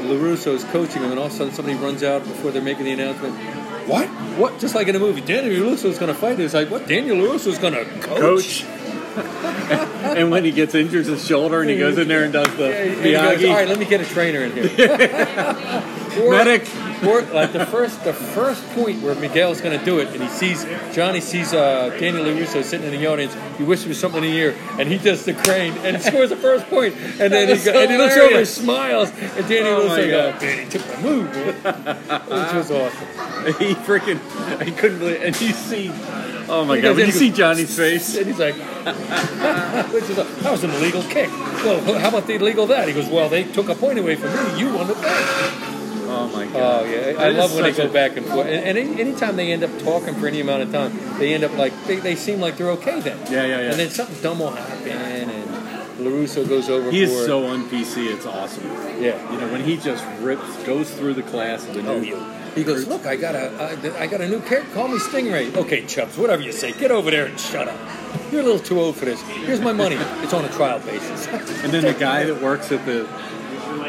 Larusso is coaching him, and all of a sudden somebody runs out before they're making the announcement. What? What? Just like in a movie, Daniel Larusso is going to fight. It's like what? Daniel Larusso is going to coach?
Coach. and when he gets injures his shoulder and he goes in there and does the
Yeah, and he goes, all
Miyagi.
right, let me get a trainer in here. Or-
Medic.
Or, like the first, the first point where Miguel's going to do it, and he sees Johnny sees uh, Daniel Larusso sitting in the audience. He whispers something in the ear, and he does the crane and scores the first point. And then he,
was
go,
so
and he looks over, and
hilarious.
smiles, and Daniel
Oh my
Larusso
God.
goes, "Danny took my move, man," which was awesome.
He freaking, he couldn't believe And you see, oh my
He
God, when
goes in,
you
he
see
goes,
Johnny's face.
And he's like, which is, a- that was an illegal kick. Well, how about the illegal that? He goes, well, they took a point away from me. You won the bet.
Oh my God.
Oh yeah, I, I
That is
love when they
such
go
a-
back and forth. And, and any, anytime they end up talking for any amount of time, they end up like they, they seem like they're okay then.
Yeah, yeah, yeah.
And then something dumb will happen, and Larusso goes over.
He
for
is
it.
so on PC, it's awesome.
yeah.
You know, when he just rips, goes through the class of the new.
Oh, you. He goes, look, I got a, I, I got a new character. Call me Stingray. Okay, Chubbs, whatever you say, get over there and shut up. You're a little too old for this. Here's my money. It's on a trial basis.
And then the guy that works at the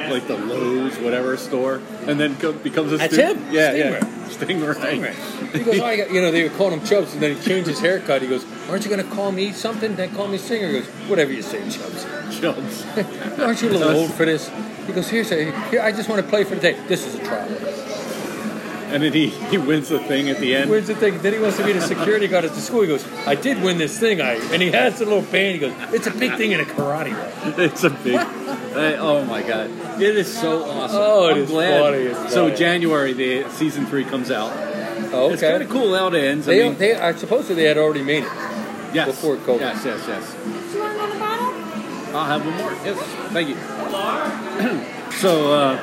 like the Lowe's whatever store, and then co- becomes a
That's
stu-
him.
Yeah,
Stingray.
yeah, Stingray.
He goes, "Oh, I got, you know, they were calling him Chubbs, and then he changed his haircut. He goes, aren't you going to call me something? Then call me Stinger. He goes, whatever you say, Chubbs.
Chubbs.
Aren't you a little
That's-
old for this? He goes, here's a, here, I just want to play for the day. This is a trial.
And then he, he wins the thing at the end.
Where's the thing? Then he wants to be the security guard at the school. He goes, I did win this thing. I And he has the little band. He goes, it's a big thing in a karate way.
It's a big. I- oh my god, it is so awesome.
Oh, it
it is
is funny, it's
so
funny.
January the season three comes out.
Oh,
It's kind of cool how it ends. I
They,
mean,
they, I suppose they had already made it.
yes,
before COVID.
Yes, yes, yes.
Do you want another
I'll have one more. Yes, thank you. so, uh,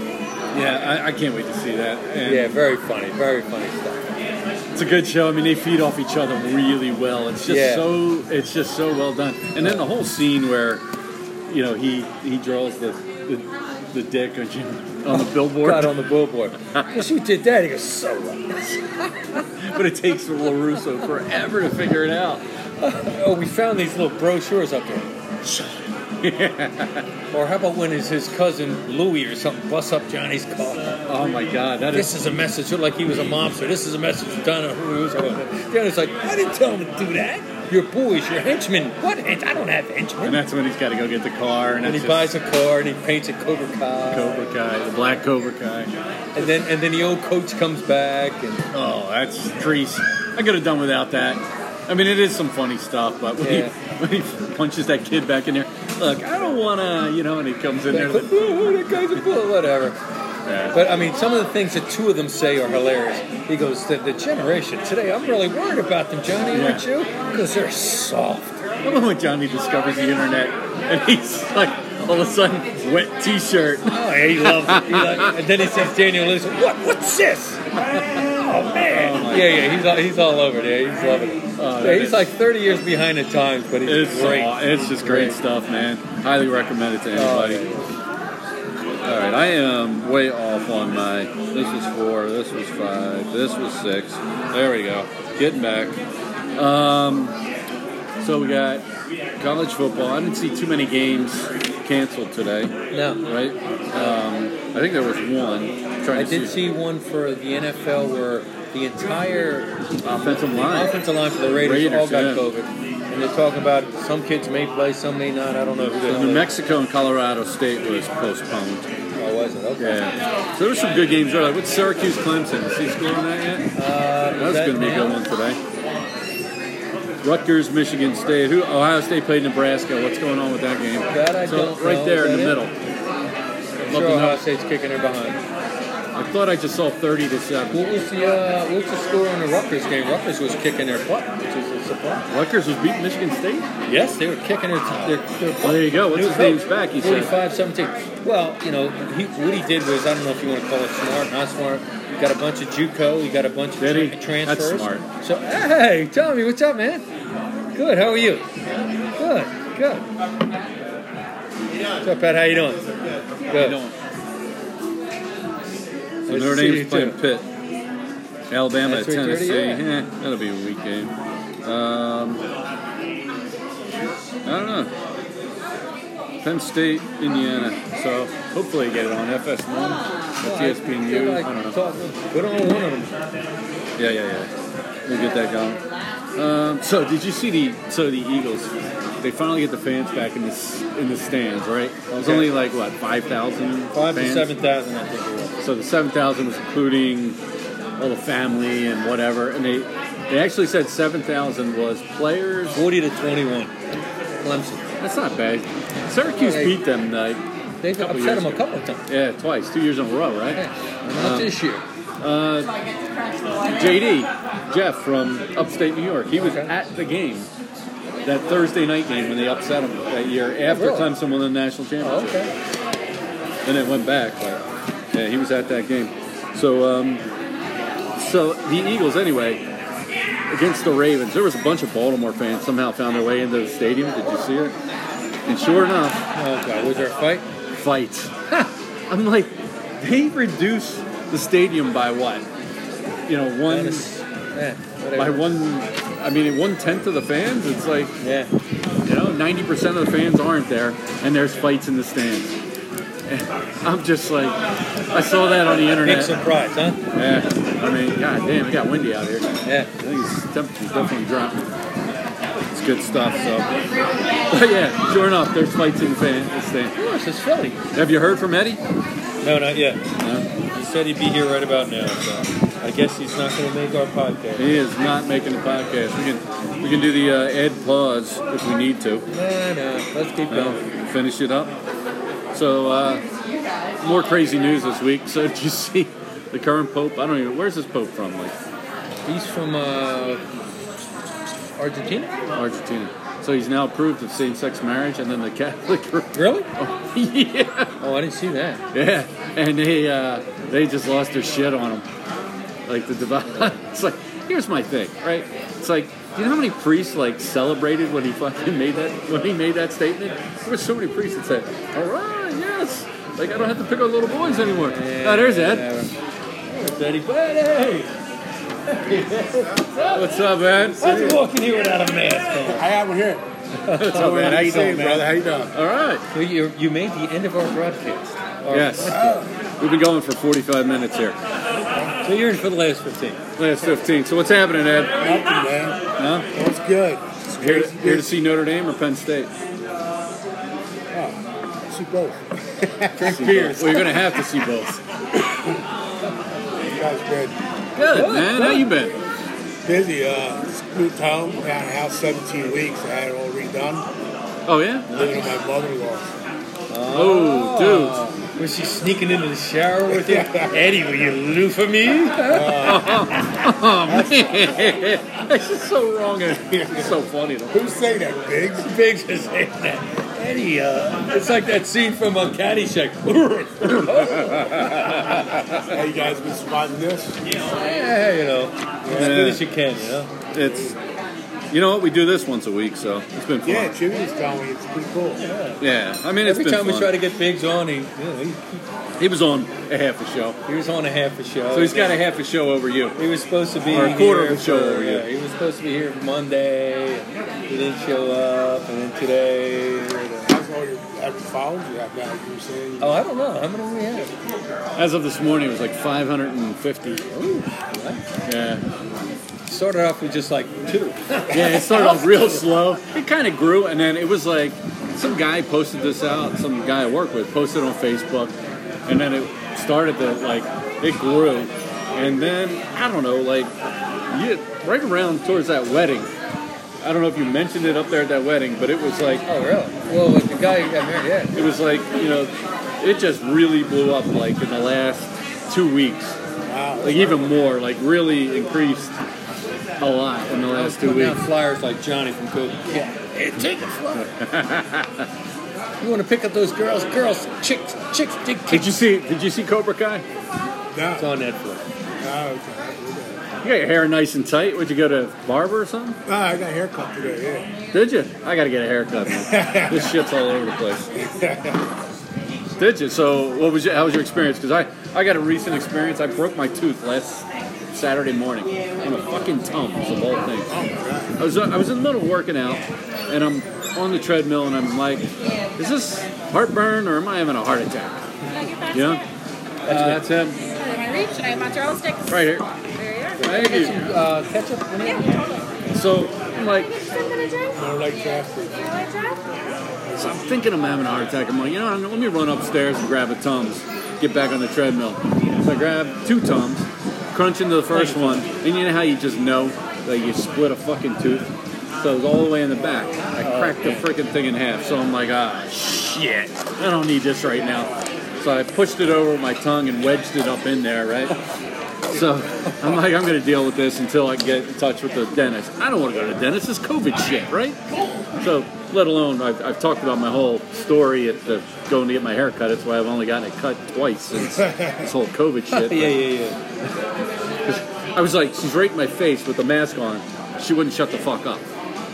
yeah, I, I can't wait to see that. And
Yeah, very funny, very funny stuff.
It's a good show. I mean, they feed off each other really well. It's just
Yeah.
so it's just so well done. And then the whole scene where, you know, he he draws the the, the dick on Jim on the billboard,
Got on the billboard. Yes, you did that. He goes, so right.
but it takes Larusso forever to figure it out.
Oh, we found these little brochures up there. Or how about when his, his cousin Louie or something busts up Johnny's car?
Oh my God, that is
This is a message, You're like he was a mobster. This is a message to Donna who he was. Johnny's like, I didn't tell him to do that. Your boys, your henchmen. What hench? I don't have
and
henchmen.
that's when he's got to go get the car, and,
And he
that's
buys
just
a car and he paints a Cobra Kai.
Cobra Kai, the Black Cobra Kai.
And then and then the old coach comes back and
Oh, that's Treese. I could have done without that. I mean, it is some funny stuff, but when,
Yeah.
he, when he punches that kid back in there, look, I don't want to, you know, and he comes in there.
"Ooh, that guy's a bull, whatever.
Yeah.
But I mean, some of the things that two of them say are hilarious. He goes, the, the generation today, I'm really worried about them, Johnny,
Yeah.
aren't you? Because they're soft.
I love when Johnny discovers the internet and he's like, all of a sudden, wet t shirt.
Oh, yeah, he loves it. He loves it. And then he sees Daniel Lewis. What? What's this? Oh man!
Oh, my
yeah, yeah, he's all, he's all over it. Yeah, he's loving it.
Oh,
Yeah,
that
he's
is-
like 30 years behind the times, but he's
It's,
great.
aw- it's just great,
Great.
stuff, man. Highly recommend it to
Oh,
anybody. All right, I am way off on my. This was four, this was five, this was six. There we go. Getting back. Um, so we got college football. I didn't see too many games canceled today,
no,
right? Um, I think there was one. I'm trying
I
to
did see one for the NFL where the entire
offensive line.
offensive line for the Raiders, all
Raiders,
got
yeah.
COVID, and they're talking about some kids may play, some may not. I don't know who
So New
they are.
Mexico and Colorado State was postponed.
Oh, was it? Okay.
Yeah. So there's some good games earlier. What's Syracuse Clemson? Is he scoring that yet?
Uh,
That's going to be a good one today. Rutgers, Michigan State. Who? Ohio State played Nebraska. What's going on with that game?
That I
so
don't
right
know.
there in the
Is that
middle. Love
I'm sure
to know.
Ohio State's kicking their behind.
I thought I just saw 30 to 7.
What was the uh, what was the score on the Rutgers game? Rutgers was kicking their butt, which is a surprise.
Rutgers was beating Michigan State.
Yes, they were kicking their their, their butt.
Well, there you go. What's
New
his
coach.
name's back? He said.
45 17. Well, you know, he, what he did was, I don't know if you want to call it smart, not smart. You got a bunch of Juco, you got a bunch of
Did he?
tra-
That's
transfers.
smart.
So, hey, Tommy, what's up, man? Good, how are you? Good, good. What's up, Pat? How you doing? Good.
So
Nice
Notre
to see
Dame's
you,
playing
too.
Pitt. Alabama at
That's 3:30,
Tennessee.
yeah.
Eh, that'll be a weak game. Um, I don't know. Penn State, Indiana. So hopefully get it on FS1. That's ESPNU. I don't know.
Put on one of them.
Yeah, yeah, yeah. We'll get that going. Um, so did you see the so the Eagles? They finally get the fans back in the s- in the stands, right? It was
Okay.
only like what five thousand.
Five
fans?
to 7,000, I think it was.
So the seven thousand was including all the family and whatever, and they they actually said seven thousand was players.
40 to 21. Clemson.
That's not bad. Syracuse
Hey.
beat them, like,
They've
Couple
upset
years Um,
them a couple of times.
yeah, twice, two years in a row, right?
Yeah. Not this year.
JD Jeff from upstate New York, he was
Okay.
at the game. That Thursday night game when they upset them that year after
Really?
Clemson won the national
Oh,
championship.
okay.
and it went back. But yeah, he was at that game. So, um, so the Eagles anyway against the Ravens. There was a bunch of Baltimore fans somehow found their way into the stadium. Did you see it? And sure enough,
Oh god, was there a fight?
fight. I'm like, they reduced the stadium by what? You know, one
Yeah,
by
whatever.
one. I mean, one tenth of the fans. It's like
Yeah.
you know, 90% of the fans aren't there, and there's fights in the stands. I'm just like, I saw that on the
Big
internet.
surprise, huh?
Yeah, I mean, god damn, it got windy out here. I
Yeah.
think it's temperature's definitely dropped. It's good stuff, so. But yeah, sure enough, there's fights in the fan- the stand.
Of course, it's Philly.
Have you heard from Eddie?
No, not yet.
No.
He said he'd be here right about now, so I guess he's not gonna make our podcast.
He is not making the podcast. We can we can do the uh, Ed pause if we need to.
No, no. Let's keep
Well,
going.
finish it up. So, uh, more crazy news this week. So, did you see the current Pope? I don't even. Where's this Pope from? Like
He's from uh Argentina?
Argentina. So he's now approved of same-sex marriage, and then the Catholic.
Really?
yeah,
Oh, I didn't see that.
yeah, and they uh, they just lost their shit on him. Like the divine. it's like here's my thing, right? It's like. Do you know how many priests like celebrated when he fucking made that when he made that statement? There were so many priests that said, "All right, yes, like I don't have to pick on little boys anymore." oh, there's Ed. There's Eddie. Buddy. What's up, man?
Let's walk in here without a mask
I haven't heard. What's up, man? How you doing, brother? How you doing?
All right.
on. Well, you, you made the end of our broadcast.
Oh.
Our-
Yes. We've been going for 45 minutes here.
So you're in for the last 15.
Last 15. So what's happening, Ed?
Nothing, man.
Huh?
What's good?
Here, here to see Notre Dame or Penn State?
Shoot both. Drink
Well, you're going to have to see both.
You guys good.
Good, man. How you been?
Busy. Uh, just moved home. Got in the house 17 weeks. I had it all redone.
Oh, yeah?
Living at my mother-in-law's.
Oh, dude.
Was she sneaking into the shower with you? Eddie, will you loo for me?
Oh, man. This is so wrong. It's so funny, though.
Who say that, Biggs?
Biggs is saying that. Eddie, uh, it's like that scene from uh, Caddyshack.
Hey, you guys been spotting this?
yeah, you know, as good as you can, you know.
It's... You know what? We do this once a week, so it's been fun.
Yeah, Jimmy was telling me it's pretty cool.
Yeah. I mean, it's
Every
been
time we
fun.
try to get Biggs on, he, you know, he,
He was on a half a show.
he was on a half a show.
So he's got a half a show over you.
He was supposed to be
Or a quarter of
here
a show,
for-
were you?
yeah, he was supposed to be here Monday. And he didn't show up, and then today.
How's all your every followers you have now? You were saying
Oh, I don't know. How many do we have?
As of this morning, it was like 550. Yeah.
Started off with just like two.
Yeah, it started off real slow. It kind of grew, and then it was like some guy posted this out. Some guy I work with posted on Facebook, and then it started to like it grew, and then I don't know, like you, right around towards that wedding. I don't know if you mentioned it up there at that wedding, but it was like
Oh, really? Well, with the guy who got married, yeah.
it was like you know, it just really blew up like in the last two weeks,
wow,
like even more, like really increased a lot in the
I was
last two
putting out
weeks.
flyers like Johnny from Coop. Yeah, hey, take a flyer. you want to pick up those girls? Girls, chicks, chicks, dig
Did
chicks.
you see? Did you see Cobra Kai?
no,
It's on Netflix.
no, Oh, okay.
You got your hair nice and tight. Would you go to barber or something?
No, Ah, I got a haircut today.
Did you? I got to get a haircut. Man. this shit's all over the place.
Yeah,
Did you? So, what was your, how was your experience? Because I, I got a recent experience. I broke my tooth last Saturday morning on a fucking tump, of all things. I was I was in the middle of working out, and I'm on the treadmill, and I'm like, is this heartburn or am I having a heart attack?
Can I get back
Yeah.
there?
Uh, that's it.
Can I reach? And I have mozzarella sticks.
Right here.
There you are.
Thank you.
Uh, ketchup?
Yeah, totally.
So I'm like,
Can you something to drink?
I don't like
Do
traffic.
you like drive?
So I'm thinking I'm having a heart attack. I'm like, you know, what, let me run upstairs and grab a Tums, get back on the treadmill. So I grab two Tums, crunch into the first one, and you know how you just know that you split a fucking tooth? So it was all the way in the back. I cracked the freaking thing in half. So I'm like, ah, shit, I don't need this right now. So I pushed it over with my tongue and wedged it up in there, right? So I'm like, I'm gonna deal with this until I can get in touch with the dentist. I don't want to go to the dentist. It's COVID shit, right? So, let alone I've, I've talked about my whole story at the going to get my hair cut. That's why I've only gotten it cut twice since this whole COVID shit.
Yeah, yeah, yeah.
I was like, she's right in my face with the mask on. She wouldn't shut the fuck up.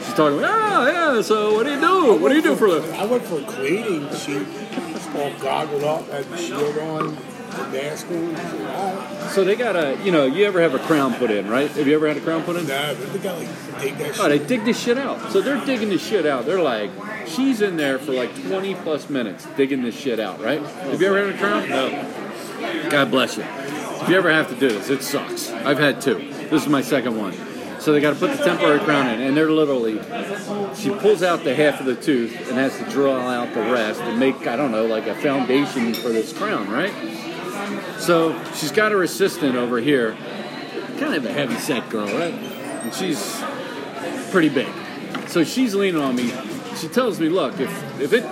She's talking, ah, yeah. So what do you do? What do you do for the?
I went for a cleaning. She was all goggled up, had the shield on, the mask on. I said, all right.
So they got a, you know, you ever have a crown put in, right? Have you ever had a crown put in?
No, but they got like take that
Oh,
shit.
they dig this shit out. So they're digging this shit out. They're like, she's in there for like 20 plus minutes digging this shit out, right? Have you ever had a crown? No. God bless you. If you ever have to do this, it sucks. I've had two. This is my second one. So they got to put the temporary crown in, and they're literally, she pulls out the half of the tooth and has to draw out the rest and make, I don't know, like a foundation for this crown, right? So she's got her assistant over here, kind of a heavy set girl, right? And she's pretty big. So she's leaning on me. She tells me, look, if, if it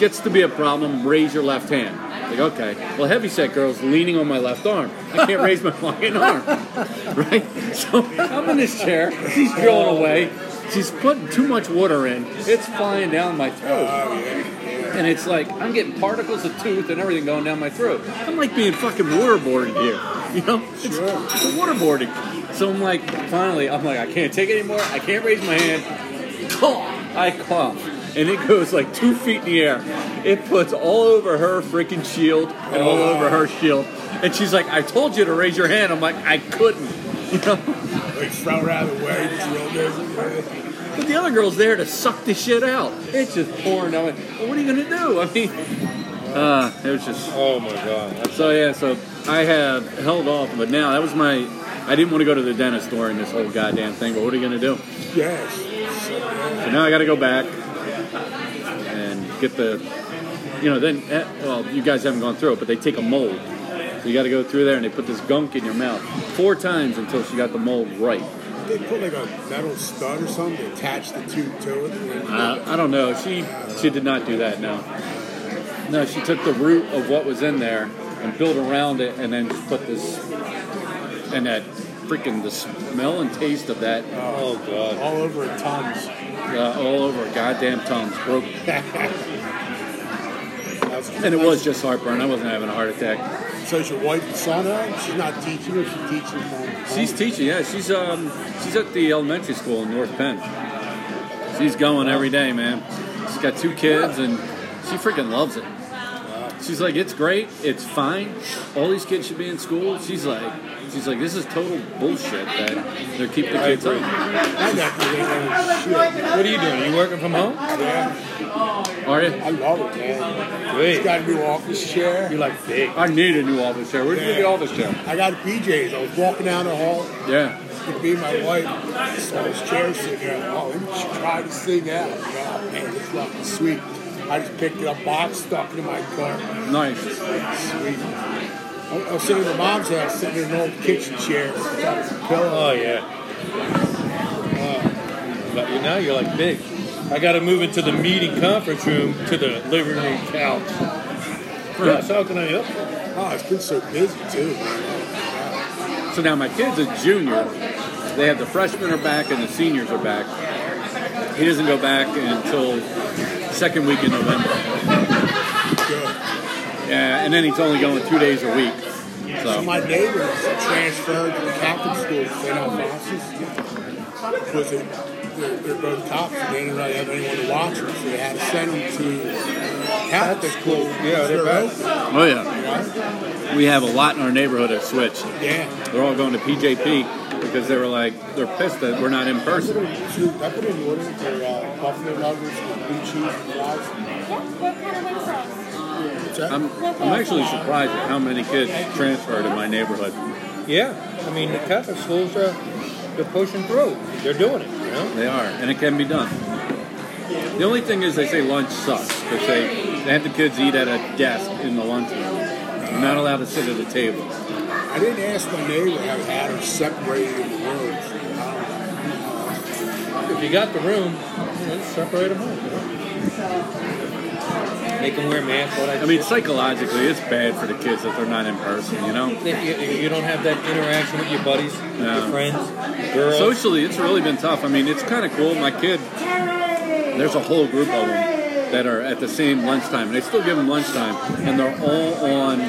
gets to be a problem, raise your left hand. Like, okay. Well, heavyset girl's leaning on my left arm. I can't raise my fucking arm. Right? So I'm in this chair. She's drilling away. she's putting too much water in. It's flying down my throat.
Oh, yeah.
And it's like, I'm getting particles of tooth and everything going down my throat. I'm like being fucking waterboarded here. You know? It's
Sure.
the waterboarding. So I'm like, finally, I'm like, I can't take it anymore. I can't raise my hand. Cough. I cough. And it goes like two feet in the air. It puts all over her freaking shield and all over her shield. And she's like, I told you to raise your hand. I'm like, I couldn't. You know?
Like, fell out of the way, just rolled over.
But the other girl's there to suck the shit out. It's just pouring down. Well, what are you gonna do? I mean, uh, it was just
Oh my god.
so yeah. So I have held off, but now that was my. I didn't want to go to the dentist during this whole goddamn thing. But what are you gonna do?
Yes. So, yeah.
So now I got to go back and get the. You know, then eh, well, you guys haven't gone through it, but they take a mold. So you got to go through there, and they put this gunk in your mouth four times until she got the mold right.
They put like a metal stud or something to attach the tube to it. And then
Uh, I don't know. She she did not do that. No, no. She took the root of what was in there and built around it, and then put this and that freaking the smell and taste of that
Oh god.
all over it, tons.
uh, all over goddamn tongues broke,
That's-
and it was just heartburn. I wasn't having a heart attack.
So is your wife and son out? She's not teaching or she's teaching from
She's
home?
teaching. Yeah, she's um she's at the elementary school in North Penn. She's going every day, man. She's got two kids, and she freaking loves it. She's like, it's great, it's fine. All these kids should be in school. She's like, she's like, this is total bullshit that they keep the kids home.
My nephew ain't learning shit.
What are you doing? you working from home?
Yeah,
Are you?
I love it, man.
Wait.
She's got a new office chair.
You're like big.
I need a new office chair. Where'd you
Yeah.
get all this chair?
I got PJs. I was walking down the hall
Yeah.
to be my wife. Saw this chair sitting there. Oh, and she tried to sing out. Oh, man, this lucky sweet. I just picked it up, box stuck it in my car.
Nice.
Sweet. I I was sitting at my mom's house, sitting in an old kitchen chair.
Oh yeah. Oh. But you- now you're like big. I got to move into the meeting conference room to the living room couch. Russ, how can I help? you?
Oh, it's been so busy too.
So now my kid's a junior. They have the freshmen are back and the seniors are back. He doesn't go back until second week in November.
Good.
Yeah, and then he's only going two days a week.
So
So
Uh, my neighbor transferred to the Catholic school, St. Alphonsus, because they, they're, they're both cops and they didn't really have anyone to watch them, so they had to send them to Catholic school.
Yeah, they're
They're
bad.
open,
oh yeah,
right?
we have a lot in our neighborhood that switched.
Yeah.
They're all going to PJP because they were like they're pissed that we're not in person.
So I put in orders for uh, buffalo nuggets with blue cheese and fries.
What kind of wing sauce?
What's that?
I'm I'm actually surprised at how many kids transferred in my neighborhood.
Yeah, I mean the Catholic schools are they're pushing through. They're doing it. You know.
They are, and it can be done. The only thing is they say lunch sucks because they they have the kids eat at a desk in the lunchroom. You're not allowed to sit at a table.
I didn't ask my neighbor how to had her separated in the rooms.
If you got the room, you know, separate them out. You know? They can wear masks. All that
I mean, psychologically, it's bad for the kids that they're not in person. You know.
If you, if you don't have that interaction with your buddies,
No.
your friends, girls.
Socially, it's really been tough. I mean, it's kind of cool. My kid, there's a whole group of them that are at the same lunchtime. They still give them lunchtime, and they're all on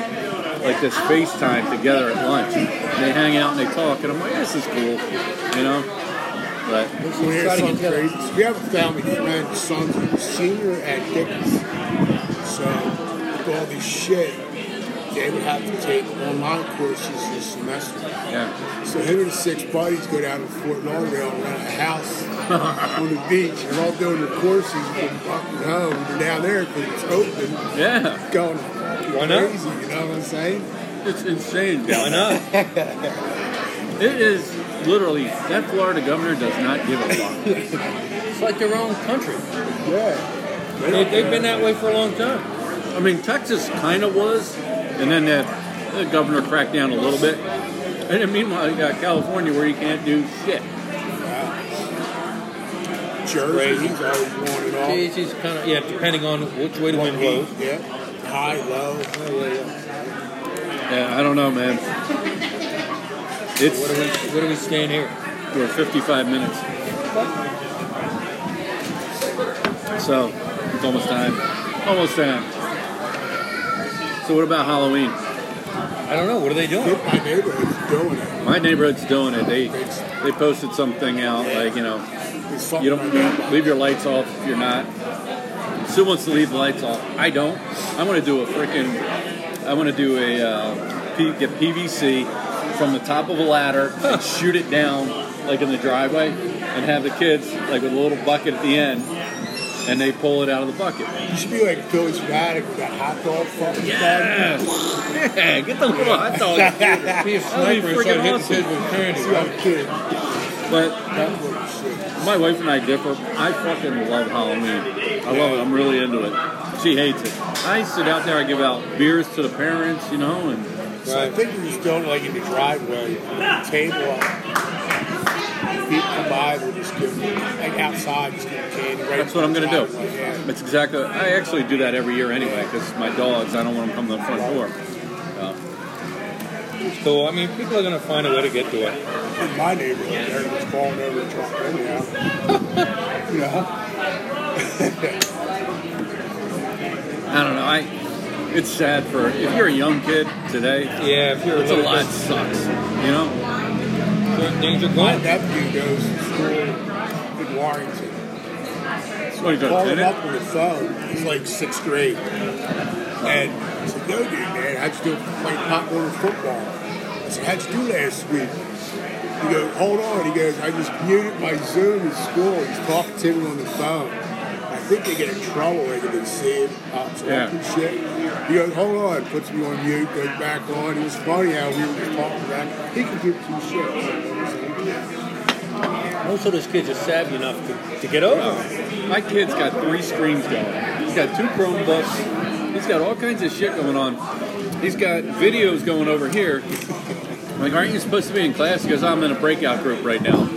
like this FaceTime together at lunch. And they hang out and they talk, and I'm like, this is cool, you know. But
So here's something crazy. So we have a family friend, his son's a senior at Dickens. So with all this shit, they would have to take online courses this semester.
yeah,
So him and his six buddies go down to Fort Lauderdale and rent a house on the beach. They're all doing the courses from fucking home. They're down there because it's open,
yeah,
going fucking
Why not?
crazy. You know what I'm saying?
it's insane.
Why not?
It is literally that Florida governor does not give a fuck.
It's like their own country.
Yeah.
They, they've been that way for a long time.
I mean, Texas kind of was, and then that the governor cracked down a little bit. And then meanwhile, you got California where you can't do shit.
Jersey, he's always on and off.
It's just kind of yeah, depending on which way the wind blows.
Yeah. High, low.
Oh,
Yeah, I don't know, man. It's
What are we? What are we staying here?
we're 55 minutes. So it's almost time. Almost time. So what about Halloween?
I don't know. What are they doing?
My neighborhood's doing it.
My neighborhood's doing it. They they posted something out like you know
It's something
you
I
don't leave your lights off if you're not. Sue wants to leave the lights off. I don't. I want to do a freaking. I want to do a uh, P, get PVC from the top of a ladder and shoot it down like in the driveway, and have the kids like with a little bucket at the end, and they pull it out of the bucket.
You should be like Philly's Radic with that hot dog fucking
Yeah, get the little hot dog.
Be a
sniper and start hitting kids
with
See how kid.
But
That little shit.
My wife and I differ. I fucking love Halloween. I love it. I'm really into it. She hates it. I sit out there. I give out beers to the parents, you know, and
So I think you just don't like in the driveway, table up. People come by, they'll just give like outside, just give candy. Right
that's what I'm gonna do.
Driveway, yeah.
That's exactly. I actually do that every year anyway because my dogs. I don't want them coming to the front door.
So I mean, people are gonna find a way to get to it.
In my neighborhood, everyone's falling over and dropping anyhow. you know?
I don't know. I. It's sad for if you're a young kid today.
Yeah, if you're
It's a lot sucks. You know.
Things are
My
going.
nephew goes to school in Warrington.
What are you
Call
doing?
him up on his phone. He's like sixth grade. And I said, no, dude, man, how'd you do playing popcorn football? I said, how'd you do last week? He goes, hold on. He goes, I just muted my Zoom at school. He's talking to me on the phone. I think they get in trouble. They can see him up
Yeah.
and shit. He goes, hold on. Puts me on mute, goes back on. It was funny how we were just talking back. He can give two shits.
Most of those kids are savvy enough to, to get over. it.
My kid's got three screens going. He's got two Chromebooks. He's got all kinds of shit going on. He's got videos going over here. I'm like, aren't you supposed to be in class? He goes, I'm in a breakout group right now.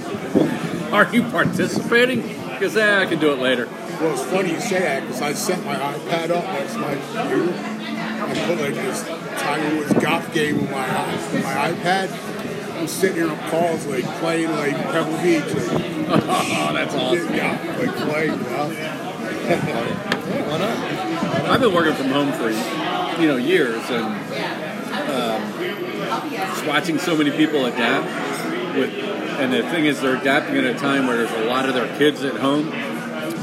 Are you participating? He goes, ah, I can do it later.
Well, it's funny you say that because I set my iPad up next to my computer. I put like this Tiger Woods golf game on my on my iPad. I'm sitting here on calls like playing like Pebble Beach, like
Oh, that's awesome.
yeah, like playing. You know?
Yeah, why not?
I've been working from home for you know years, and um, just watching so many people adapt. With and the thing is, they're adapting at a time where there's a lot of their kids at home.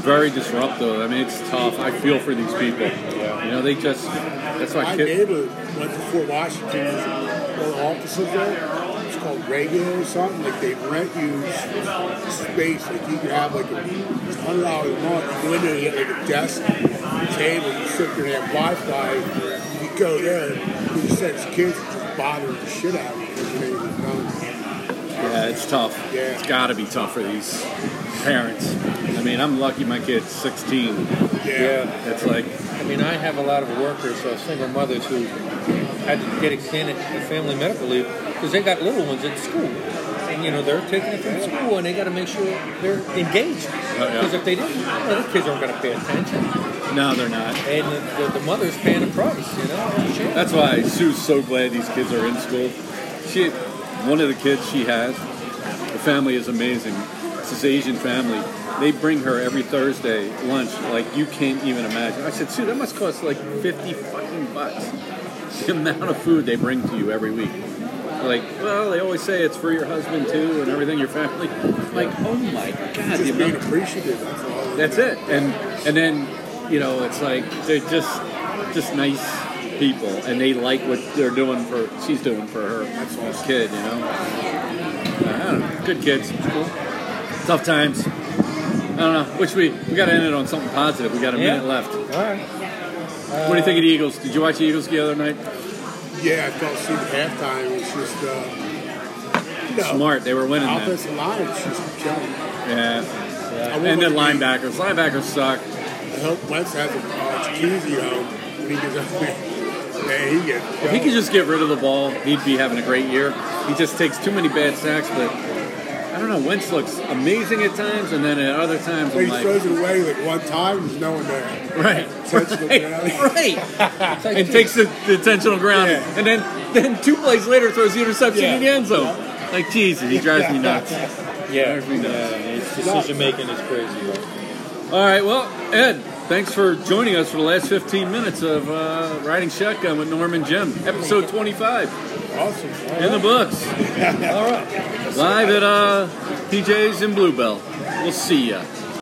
Very disruptive. I mean, it's tough. I feel for these people. You know, they just that's why
My
kids.
neighbor went to Fort Washington. There's one of the offices there. It's called Reagan or something. Like they rent you space. Like you can have like a hundred dollars a month. You go in there, you get like a desk, a table, you sit there, they have Wi-Fi. You go there. You just send kids just bothering the shit out of you. Because they don't know.
Yeah, it's tough.
Yeah.
It's got to be tough for these parents. I mean, I'm lucky my kid's 16.
Yeah.
It's like
I mean, I have a lot of workers, uh, single mothers who had to get extended family medical leave because they got little ones at school. And, you know, they're taking it from school and they got to make sure they're engaged. Because
yeah.
if they didn't, well, the kids aren't going to pay attention.
no, they're not.
And the, the, the mother's paying the price, you know? Shit.
That's why Sue's so glad these kids are in school. She, one of the kids she has, the family is amazing. It's this Asian family. They bring her every Thursday lunch like you can't even imagine. I said, Sue, that must cost like fifty fucking bucks. The amount of food they bring to you every week. Like, well, they always say it's for your husband too and everything, your family. Like, oh my god, the
Just
amount
being appreciative. That's all.
that's it. And and then you know it's like they're just just nice people, and they like what they're doing for she's doing for her kid. You know, I don't know. Good kids. Tough times. I don't know. Which we we got to end it on something positive. We got a
Yeah.
minute left.
All right.
what do you think of the Eagles? Did you watch the Eagles the other night?
Yeah, I felt see the halftime. It's just. Uh, you know,
Smart. They were winning that.
Offensive line is just killing.
Yeah.
I
And then
wonder-
linebackers. Linebackers suck.
I hope Wentz has a uh, Chiquizio when he gets up there. Man, he gets.
If he could just get rid of the ball, he'd be having a great year. He just takes too many bad sacks, but I don't know. Wentz looks amazing at times, and then at other times,
He
I'm like,
throws it away like one time, there's no one there.
right,
touch the ground.
right, right, and takes the, the intentional ground,
Yeah.
and then then two plays later throws the interception
Yeah.
in the end zone. Like Jesus, he drives me nuts.
Yeah, yeah, it's decision making is crazy. Right?
All right, well, Ed, thanks for joining us for the last 15 minutes of uh, Riding Shotgun with Norman Jim, episode 25
Awesome. All
in the books.
All right.
Live at uh, PJ's in Bluebell. We'll see ya.